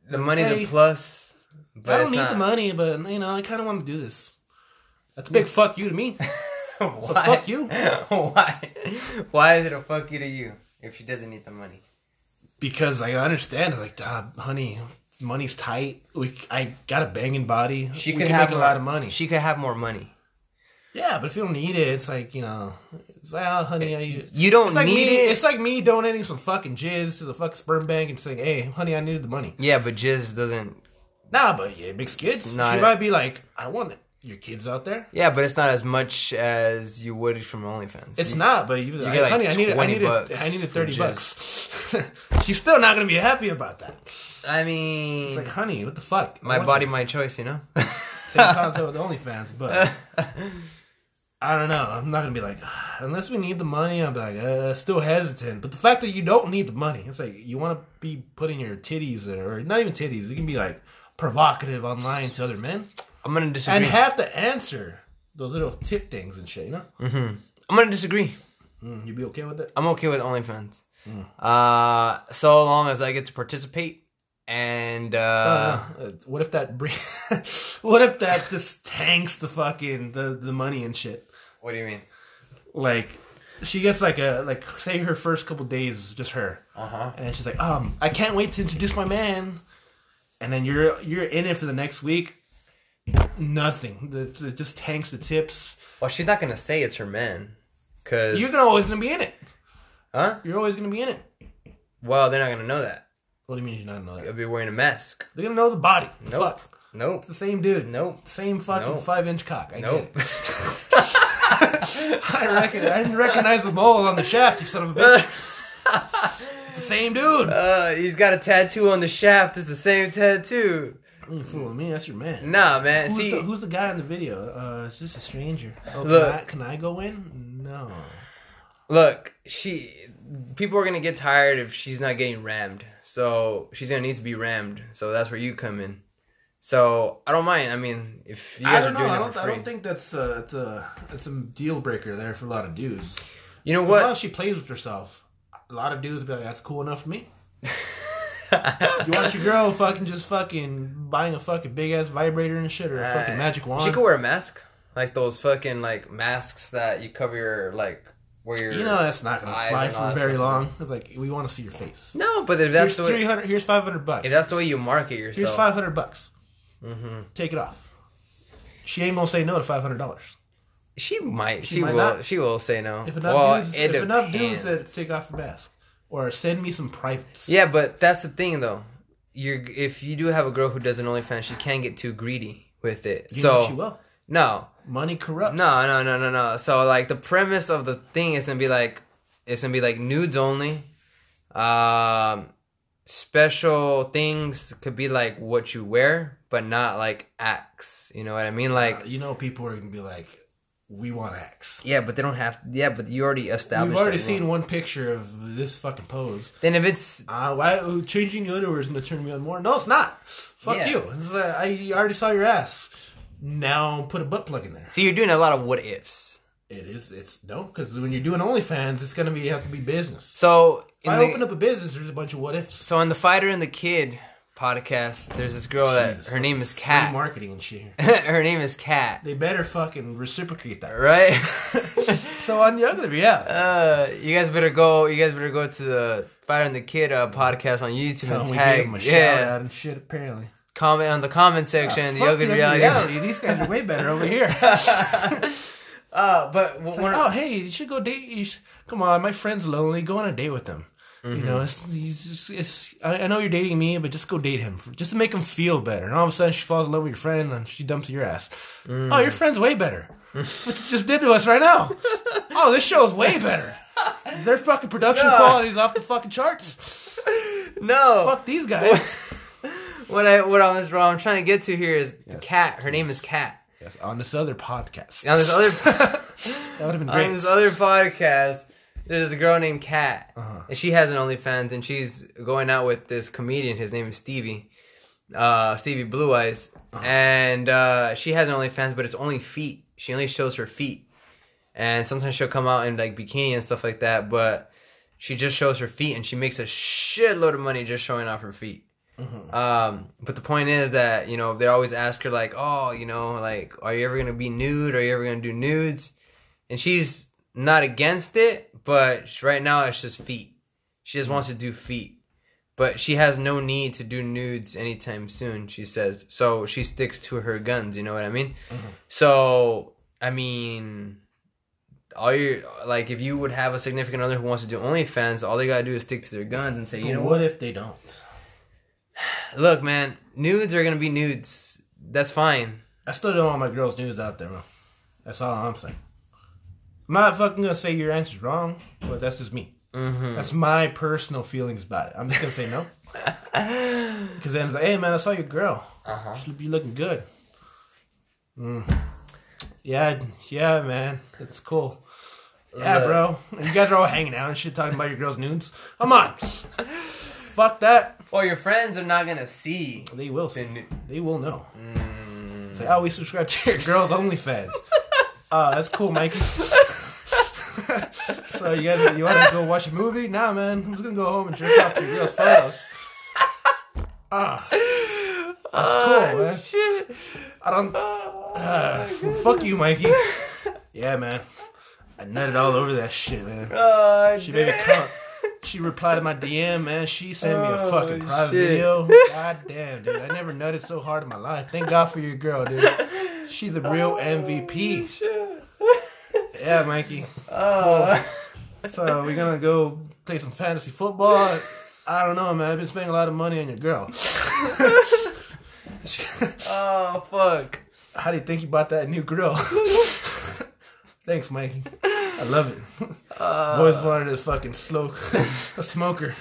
the money's Hey, a plus. But I don't it's need not- the money, but you know, I kind of want to do this. That's a big fuck you to me. <laughs> <laughs> Why? fuck you. Why? Why is it a fuck you to you if she doesn't need the money? because I understand. I'm like, ah, honey, money's tight. We, I got a banging body. She we could can have make a more- lot of money. She could have more money. yeah, but if you don't need it, it's like you know, it's like, oh, honey, I. You don't It's like need me. it. It's like me donating some fucking jizz to the fucking sperm bank and saying, "Hey, honey, I needed the money." yeah, but jizz doesn't. Nah, but yeah, it makes kids. not- she might be like, "I want it. your kids out there." Yeah, but it's not as much as you would from OnlyFans. It's not, but you, get I, like honey, I need, I 20 need, a, bucks I need a for thirty jizz. bucks. <laughs> She's still not gonna be happy about that. It's I mean, like, honey, what the fuck? I my want body, you." my choice. You know. <laughs> <laughs> Same concept with OnlyFans, but <laughs> I don't know. I'm not gonna be like, <sighs> unless we need the money. I'm like, uh, still hesitant. But the fact that you don't need the money, it's like you want to be putting your titties or not even titties. You can be like provocative online to other men I'm gonna disagree. and have to answer those little tip things and shit. You know, I'm gonna disagree. Mm, you be okay with it? I'm okay with OnlyFans. Hmm. Uh, so long as I get to participate and uh, Uh, uh, what if that bring, <laughs> what if that just tanks the fucking the, the money and shit what do you mean? like she gets like a like say her first couple days is just her Uh-huh. and she's like um i can't wait to introduce my man and then you're you're in it for the next week nothing it, it just tanks the tips Well, she's not gonna say it's her man, cause you're gonna always gonna be in it huh? you're always gonna be in it Well, they're not gonna know that. what do you mean you're not gonna know They'll that be wearing a mask. they're gonna know the body Nope. Fuck. Nope. it's the same dude Nope. same fucking Nope. five inch cock i get it Nope. I, reckon, I recognize them all on the shaft, you son of a bitch. it's the same <laughs> dude. uh, he's got a tattoo on the shaft. It's the same tattoo. you fooling me? That's your man. Nah, man. who's, See, the, who's the guy in the video? Uh, it's just a stranger. Oh, Look. can, I, can I go in? No. look, she people are gonna get tired if she's not getting rammed. So she's gonna need to be rammed. So that's where you come in. So I don't mind. I mean, if you I guys don't are know. doing I it don't. for I free, don't think that's a, it's a it's a deal breaker there for a lot of dudes. you know As long what? as she plays with herself, a lot of dudes be like, "That's cool enough for me." <laughs> You want your girl fucking just fucking buying a fucking big ass vibrator and shit or a fucking magic wand? Uh, She could wear a mask, like those fucking like masks that you cover your like where your You know that's not gonna eyes fly and all for that very stuff. long. It's like we want to see your face. No, but if Here's that's the three way, hundred. Here's five hundred bucks. if that's Mm-hmm. the way you market yourself. Here's five hundred bucks. Take it off. She ain't gonna say no to five hundred dollars. She might. She, might will. not. She will say no. If enough well, dudes, it if enough dudes that depends. take off your mask or send me some privates. Yeah, but that's the thing though. You're if you do have a girl who does an OnlyFans, she can get too greedy with it. you so know she will. no, Money corrupts. no, no, no, no, no. So like the premise of the thing is gonna be like it's gonna be like nudes only. Um, special things could be like what you wear, but not like acts. You know what I mean? Like. Uh, you know people are gonna be like, we want X. yeah, but they don't have. Yeah, but you already established. We've already that rule. seen one picture of this fucking pose. Then if it's Uh, why oh, changing the underwear is gonna turn me on more? No, it's not. Fuck Yeah. you. It's like, I already saw your ass. Now put a butt plug in there. See, you're doing a lot of what ifs. It is. It's no, because when you're doing OnlyFans, it's gonna be you have to be business. So, If in I the, open up a business, there's a bunch of what ifs. so in the fighter and the kid, podcast, there's this girl that Jeez, her name is Free Kat. marketing and shit. here. <laughs> her name is Kat, They better fucking <laughs> reciprocate that. <laughs> right? So on the other, yeah. uh, you guys better go. You guys better go to the Fighter and the Kid uh, podcast on YouTube Tell and 'em oh, we tag. gave him a yeah, shout out and shit. Apparently, comment on the comment section. the Fuck ugly the reality. These guys are way better <laughs> over here. It's Uh, but w- like, one- oh, hey, you should go date. You should, come on, my friend's lonely. Go on a date with him. You Mm-hmm. know, it's, he's just, it's. I, I know you're dating me, but just go date him, for, just to make him feel better. And all of a sudden, she falls in love with your friend, and she dumps your ass. Mm. Oh, your friend's way better. That's what you just did to us right now. oh, this show's way better. Their fucking production No. quality's off the fucking charts. no, Fuck these guys. what I what I'm what I'm trying to get to here is Kat. Her name is Kat. Yes, on this other podcast. On this other <laughs> that would have been on great. this other podcast, there's a girl named Kat, and she has an OnlyFans, and she's going out with this comedian. His name is Stevie, uh, Stevie Blue Eyes, and uh, she has an OnlyFans, but it's only feet. She only shows her feet, and sometimes she'll come out in like bikini and stuff like that. But she just shows her feet, and she makes a shitload of money just showing off her feet. Um, but the point is that you know they always ask her like, oh, you know, like, are you ever gonna be nude? Are you ever gonna do nudes? And she's not against it, but sh- right now it's just feet. She just wants to do feet, but she has no need to do nudes anytime soon. She says so. She sticks to her guns. You know what I mean? So I mean, all your like, if you would have a significant other who wants to do OnlyFans, all they gotta do is stick to their guns and say, you know what? what if they don't? Look, man, nudes are gonna be nudes. That's fine. I still don't want my girls' news out there, bro. That's all I'm saying. I'm not fucking gonna say your answer's wrong, but that's just me. Mm-hmm. That's my personal feelings about it. I'm just gonna say <laughs> no. Because then it's like, hey man, I saw your girl. Uh-huh. She'll be looking good. Mm. Yeah, yeah, man. It's cool. Yeah, Look. bro. You guys are all hanging out and shit talking about your girls' nudes. <laughs> Come on. Fuck that. Well, your friends are not gonna see. They will see. the nu- They will know. It's like, oh, we subscribe to your girls only fans. uh, that's cool, Mikey. <laughs> so you guys, you want to go watch a movie? Nah, man. I'm just gonna go home and jerk off to your girls' photos. Ah, that's cool, man. Shit. Oh, I don't. Uh, fuck you, Mikey. Yeah, man. I nutted all over that shit, man. Oh, She made me cunt. She replied to my DM, man. She sent me a Oh, fucking private shit. <laughs> video. God damn, dude. I never nutted so hard in my life. Thank God for your girl, dude. She the real MVP. Yeah, Mikey. Oh. So we're gonna go play some fantasy football. I don't know, man. I've been spending a lot of money on your girl. oh, fuck. How do you think you bought that new grill? <laughs> Thanks, Mikey. I love it. Uh. Always wanted a fucking smoke, <laughs> a smoker.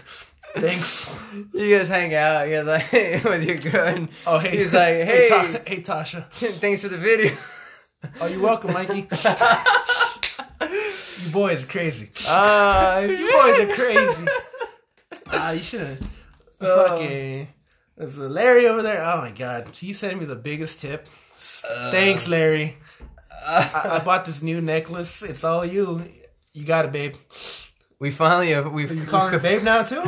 Thanks. You guys hang out. You're like <laughs> with your girl. And Oh, hey. He's like, hey, Ta- <laughs> hey, <laughs> Tasha. thanks for the video. <laughs> Oh, you're welcome, Mikey. <laughs> you boys are crazy. Uh, You boys <laughs> are crazy. Ah, you should have Oh. fucking. There's a Larry over there. Oh my god, he sent me the biggest tip. Uh. <laughs> Thanks, Larry. I, I bought this new necklace. It's all you. You got it, babe. we finally we You <laughs> calling her babe now too?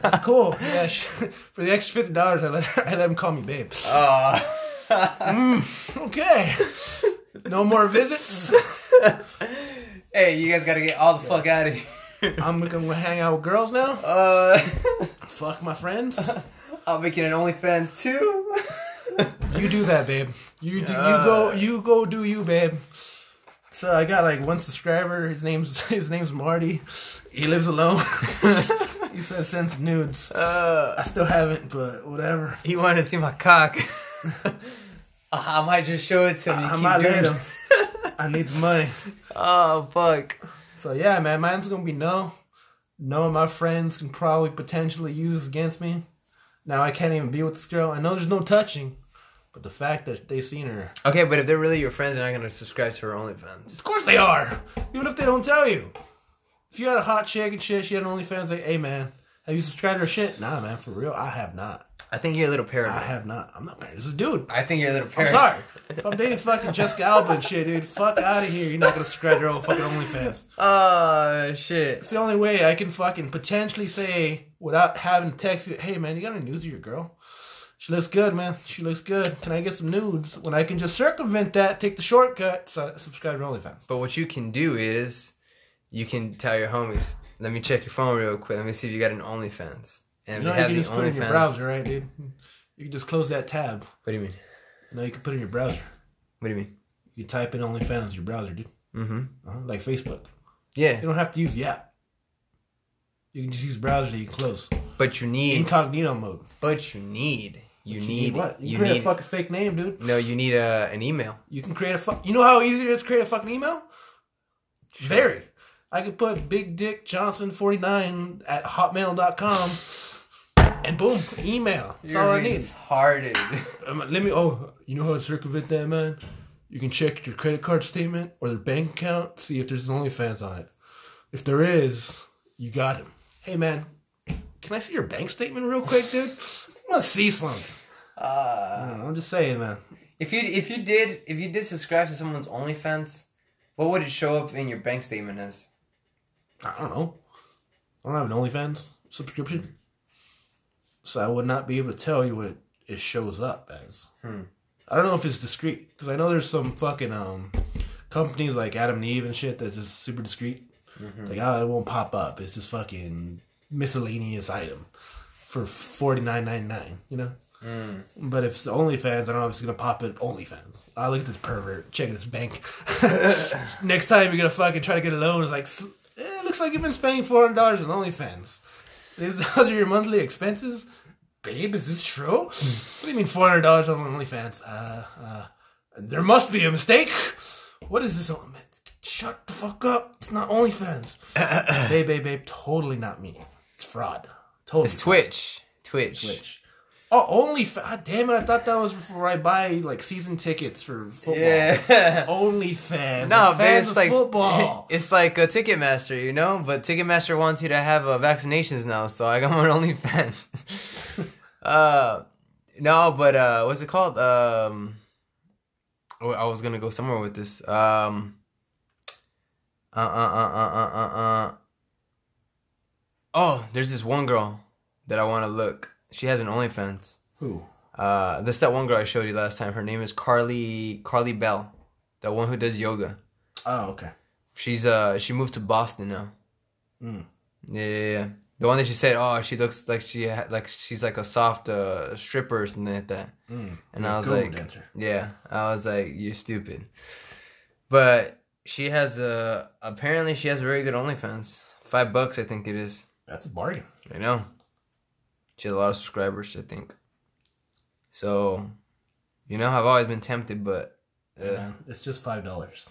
That's cool. Yeah, she, <laughs> for the extra fifty dollars, I let <laughs> her, I let him call me babe. Oh. Okay. No more <laughs> visits. <laughs> hey, you guys gotta get all the fuck out of here. <laughs> I'm gonna hang out with girls now. Uh, <laughs> Fuck my friends. I'm making an OnlyFans too. <laughs> <laughs> You do that, babe. You do, Yeah. you go you go do you, babe. So I got like one subscriber. His name's <laughs> his name's Marty. He lives alone. <laughs> he said send some nudes. uh, I still haven't, but whatever. he wanted to see my cock. <laughs> Uh, I might just show it to him. I keep might doing let him. it. <laughs> I need the money. Oh fuck. So yeah, man, mine's gonna be no. No, of my friends can probably potentially use this against me. Now I can't even be with this girl. I know there's no touching, but the fact that they seen her, Okay, but if they're really your friends, they're not gonna subscribe to her OnlyFans. of course they are. Even if they don't tell you. If you had a hot chick and shit, she had OnlyFans, like, hey man, have you subscribed to her shit? Nah, man, for real, I have not. I think you're a little I paranoid. have not. I'm not married. This is a dude. I think you're a little Ah. I'm paranoid. sorry. If I'm dating fucking Jessica Alba and shit, dude, fuck out of here. You're not gonna subscribe to her old fucking OnlyFans. Oh shit. It's the only way I can fucking potentially say without having to text you, hey man, you got any news of your girl? She looks good, man. She looks good. Can I get some nudes? When I can just circumvent that, take the shortcut, so subscribe to OnlyFans. But what you can do is you can tell your homies, let me check your phone real quick. Let me see if you got an OnlyFans. And You if you know, you have can the just put it in your OnlyFans. browser, right, dude? You can just close that tab. What do you mean? You know, you can put it in your browser. What do you mean? You can type in OnlyFans in your browser, dude. Mm-hmm. Uh-huh, like Facebook. Yeah, You don't have to use the app. You can just use browser that you can close. but you need, Incognito mode. but you need, you You need, what? You, you can create need. a fucking fake name, dude. No, you need uh, an email. You can create a fuck. You know how easy it is to create a fucking email? Very. I could put Big Dick Johnson 49 at hotmail.com and boom, email. That's all I need. Hearted. Um, let me. Oh, you know how to circumvent that, man? You can check your credit card statement or their bank account, see if there's an OnlyFans on it. If there is, you got him. Hey, man, can I see your bank statement real quick, dude? I want to see something. Uh, I don't know, I'm just saying, man. <laughs> if you if you did if you did subscribe to someone's OnlyFans, what would it show up in your bank statement as? I don't know. I don't have an OnlyFans subscription, so I would not be able to tell you what it, it shows up as. Hmm. I don't know if it's discreet because I know there's some fucking um companies like Adam and Eve and shit that's just super discreet. Like, oh, it won't pop up. It's just fucking miscellaneous item for forty nine ninety nine. You know. Mm. But if it's OnlyFans, I don't know if it's gonna pop at OnlyFans. I look at this pervert checking <laughs> his bank. Next time you're gonna fucking try to get a loan, it's like "S- eh, it looks like you've been spending four hundred dollars on OnlyFans. These <laughs> those are your monthly expenses, babe. Is <laughs> this true? what do you mean four hundred dollars on OnlyFans? Uh, uh, there must be a mistake. What is this? On- Shut the fuck up. It's <laughs> not OnlyFans. babe, babe, babe. Totally not me. It's fraud. Totally. It's Twitch. Twitch. Twitch. Oh, only. God damn it! I thought that was before I buy like season tickets for football. Yeah. <laughs> Only fans. No, fans man, of it's like football. <laughs> it's like a Ticketmaster, you know. But Ticketmaster wants you to have uh, vaccinations now, so I got my <laughs> OnlyFans. <laughs> uh, no, but uh, what's it called? Um, oh, I was gonna go somewhere with this. Um, uh, uh, uh, uh, uh, uh, uh. Oh, there's this one girl that I want to look. She has an OnlyFans. Who? Uh, that's that one girl I showed you last time. Her name is Carly Carly Bell, that one who does yoga. Oh, okay. She's uh she moved to Boston now. Mm. Yeah, yeah, yeah. The one that she said, oh, she looks like she ha- like she's like a soft uh, stripper or something like that. Mm. And I was Go, like, dancer. yeah, I was like, you're stupid. But she has a apparently she has a very good OnlyFans. Five bucks, I think it is. that's a bargain. I know. She has a lot of subscribers, I think. So, you know, I've always been tempted, but Yeah, uh, man. It's just five dollars.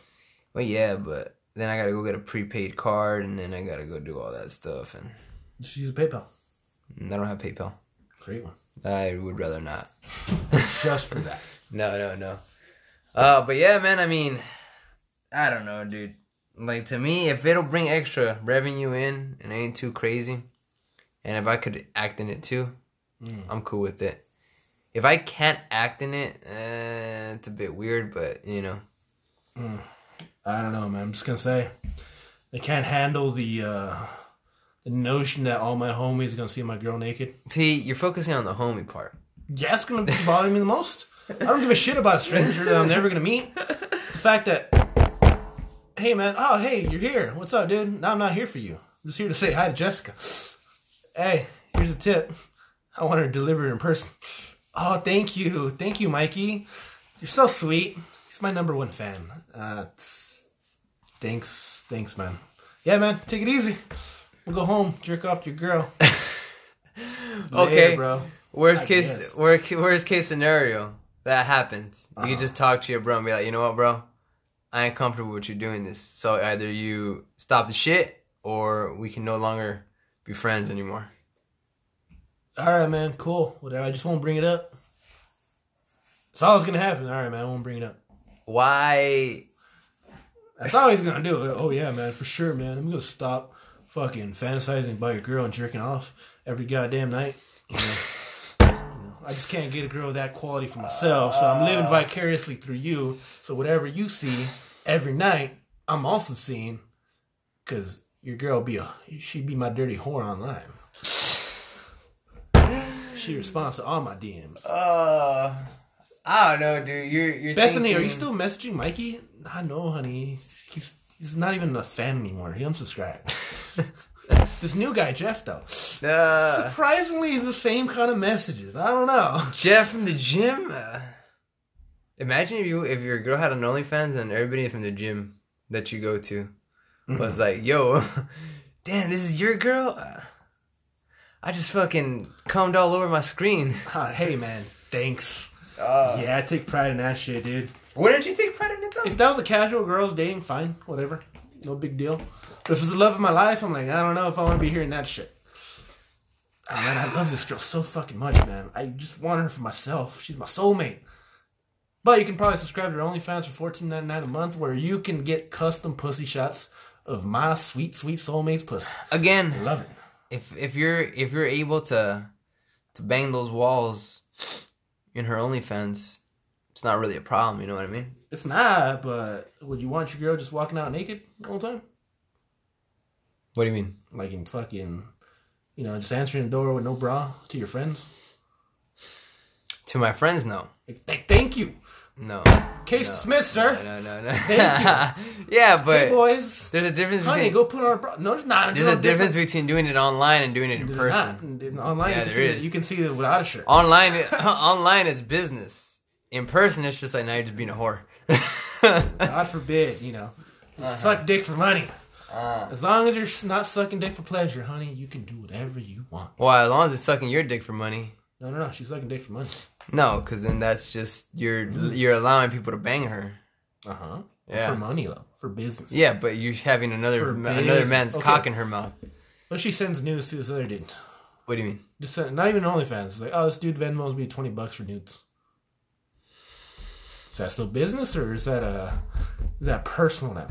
well, yeah, but then I gotta go get a prepaid card, and then I gotta go do all that stuff, and Just use PayPal. and I don't have PayPal. <laughs> Create one I would rather not. just for that. No, no, no. Uh, but yeah, man. I mean, I don't know, dude. Like to me, if it'll bring extra revenue in and ain't too crazy, and if I could act in it too, Mm. I'm cool with it. If I can't act in it, uh, it's a bit weird, but you know, I don't know, man. I'm just gonna say they can't handle the uh, the notion that all my homies gonna see my girl naked. see, you're focusing on the homie part. Yeah, it's gonna bother me the most. I don't give a shit about a stranger that I'm never gonna meet. The fact that, hey man, oh hey, you're here. What's up, dude? No, I'm not here for you. I'm just here to say hi to Jessica. Hey, here's a tip. I want her to deliver it in person. Oh, thank you, thank you, Mikey. You're so sweet. He's my number one fan. Uh, tss, thanks, thanks, man. Yeah, man, take it easy. We'll go home, jerk off to your girl. Okay. Later, bro. Worst I case, guess. Uh-huh. worst, worst case scenario that happens. You can just talk to your bro and be like, you know what, bro, I ain't comfortable with you doing this. So either you stop the shit, or we can no longer be friends anymore. All right, man. Cool. Whatever. I just won't bring it up. That's all that's gonna happen. All right, man. I won't bring it up. Why? That's all he's gonna do. Oh yeah, man. For sure, man. I'm gonna stop fucking fantasizing about your girl and jerking off every goddamn night. You know? You know, I just can't get a girl of that quality for myself, so I'm living vicariously through you. So whatever you see every night, I'm also seeing, cause your girl be a she be my dirty whore online. She responds to all my DMs. Uh, I don't know, dude. You're you're Bethany, are you thinking- still messaging Mikey? I know, honey. He's, he's, he's not even a fan anymore. He unsubscribed. <laughs> this new guy, Jeff, though. Uh, Surprisingly, the same kind of messages. I don't know. Jeff from the gym. Uh, imagine if you if your girl had an OnlyFans and everybody from the gym that you go to <laughs> was like, "Yo, damn, this is your girl." Uh, I just fucking cummed all over my <laughs> screen. Huh, Ah, hey, man. Thanks. Uh, yeah, I take pride in that shit, dude. Wouldn't you take pride in it though? If that was a casual girl's dating, fine. Whatever. No big deal. But if it's the love of my life, I'm like, I don't know if I want to be hearing that shit. Oh, man, I love this girl so fucking much, man. I just want her for myself. She's my soulmate. But you can probably subscribe to her OnlyFans for $14.99 a month where you can get custom pussy shots of my sweet, sweet soulmate's pussy. Again, Love it. if if you're if you're able to to bang those walls in her OnlyFans, it's not really a problem. You know what I mean? It's not, but would you want your girl just walking out naked all the time? What do you mean? Like in fucking, you know, just answering the door with no bra to your friends? To my friends, no, Like, th- thank you. no, Case dismissed, sir. no, no, no. no. Thank <laughs> yeah, Hey, but boys. there's a difference Honey, between go put on a bra. No, there's not. there's a difference between doing it online and doing it in There's not. person. In- Online, Yeah, you, can there see is. It, you can see it without a shirt. Online, <laughs> online is business. In person, it's just like now you're just being a whore. <laughs> God forbid, you know. You Uh-huh. Suck dick for money. Uh. As long as you're s- not sucking dick for pleasure, honey, you can do whatever you want. Why? As long as it's sucking your dick for money. No, no, no. She's sucking dick for money. No, because then that's just you're you're allowing people to bang her. Uh huh. Uh-huh. Yeah. For money, though. For business. Yeah, but you're having another For another biz- man's okay. cock in her mouth. But she sends news to this other dude. What do you mean? Just send, not even OnlyFans. It's like, oh, this dude Venmo's me 20 bucks for nudes. Is that still business or is that uh is that personal now?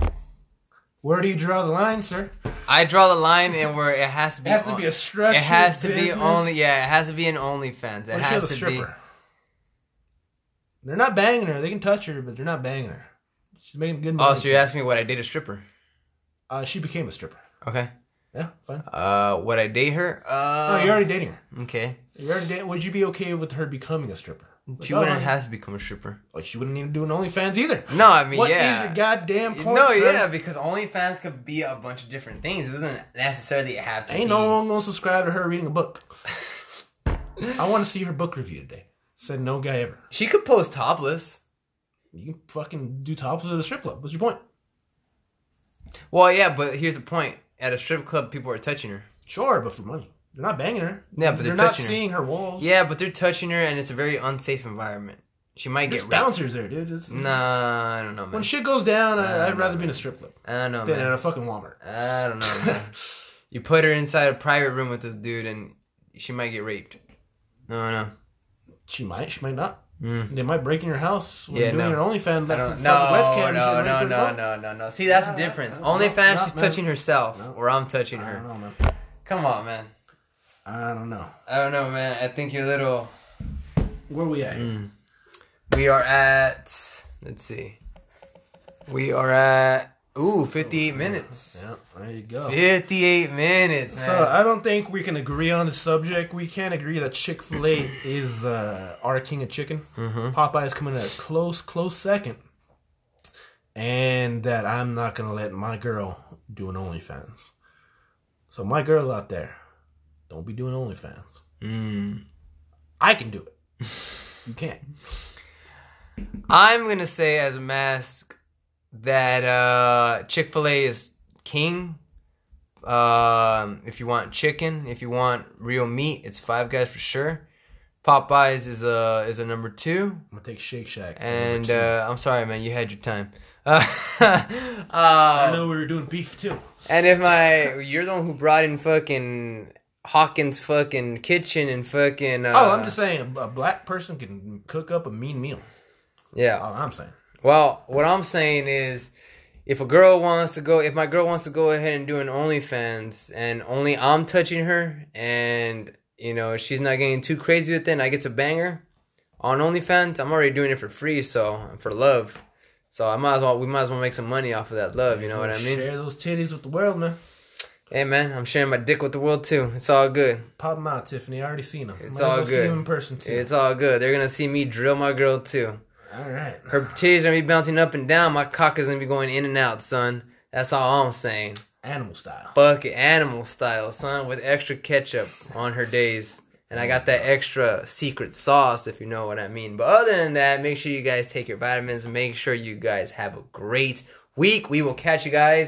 Where do you draw the line, sir? I draw the line, and where it has to be. It has to on- be a structured It has to business. be only. Yeah, it has to be an OnlyFans. It What if she has has a to be. stripper? They're not banging her. They can touch her, but they're not banging her. She's making good money. Oh, so you're asking me what I date a stripper? uh, she became a stripper. Okay. Yeah, fine. Uh, would I date her? no, Uh, you're already dating her. okay. You're already dating. Would you be okay with her becoming a stripper? She Like, oh, wouldn't have to become a stripper. oh, she wouldn't even do an OnlyFans either. No, I mean, What is yeah. your goddamn point? no, sir? yeah, because OnlyFans could be a bunch of different things. It doesn't necessarily have to Ain't be. no one gonna subscribe to her reading a book. I want to see her book review today. Said no guy ever. She could post topless. You can fucking do tops at a strip club. What's your point? Well, yeah, but here's the point: at a strip club, people are touching her. Sure, but for money. They're not banging her. Yeah, but they're not touching her. seeing her walls. Yeah, but they're touching her, and it's a very unsafe environment. She might there's get raped. bouncers there, dude. It's- Nah, I don't know, man. When shit goes down, I, I'd rather be in a strip club I don't know, than at man. a fucking Walmart. I don't <laughs> know, man. You put her inside a private room with this dude, and she might get raped. No, no. She might, she might not. They might break in your house Hmm. when Yeah, you're doing no. your OnlyFans. I Like, don't, from no, the webcam no, and no, shit right no, there. no, no, no, no. See, that's the difference. OnlyFans, no, she's no. touching herself, or I'm touching I don't her. know, man. Come on, man. I don't know. I don't know, man. I think you're little. Where we at here? Hmm. We are at. Let's see. We are at. Ooh, 58 minutes. Yeah, there you go. 58 minutes, man. So I don't think we can agree on the subject. We can agree that Chick Fil A is uh, our king of chicken. Mm-hmm. Popeye Popeye's coming in a close, close second, and that I'm not gonna let my girl do an OnlyFans. So my girl out there, don't be doing OnlyFans. Mm. I can do it. You can't. I'm gonna say as a mask that uh, Chick Fil A is king. Um, if you want chicken, if you want real meat, it's Five Guys for sure. Popeyes is a is a number two, I'm gonna take Shake Shack. and uh, I'm sorry, man, you had your time. <laughs> Uh, I uh, know we were doing beef too. and if my you're the one who brought in fucking Hawkins fucking kitchen and fucking uh, Oh, I'm just saying, a black person can cook up a mean meal. yeah All I'm saying. Well, what I'm saying is, if a girl wants to go, if my girl wants to go ahead and do an OnlyFans, and only I'm touching her, and you know she's not getting too crazy with it, and I get to bang her on OnlyFans, I'm already doing it for free, so for love. So I might as well, we might as well make some money off of that love. You know what I mean? Share those titties with the world, man. Hey man, I'm sharing my dick with the world too. It's all good. Pop 'em out, Tiffany. I already seen them. It's all See good. 'em in person too. It's all good. They're gonna see me drill my girl too. all right. Her titties are gonna be bouncing up and down. My cock is gonna be going in and out, son. That's all I'm saying. Animal style. Fuck it, animal style, son, with extra ketchup on her days. And I got that extra secret sauce, if you know what I mean. But other than that, make sure you guys take your vitamins. Make sure you guys have a great week. We will catch you guys.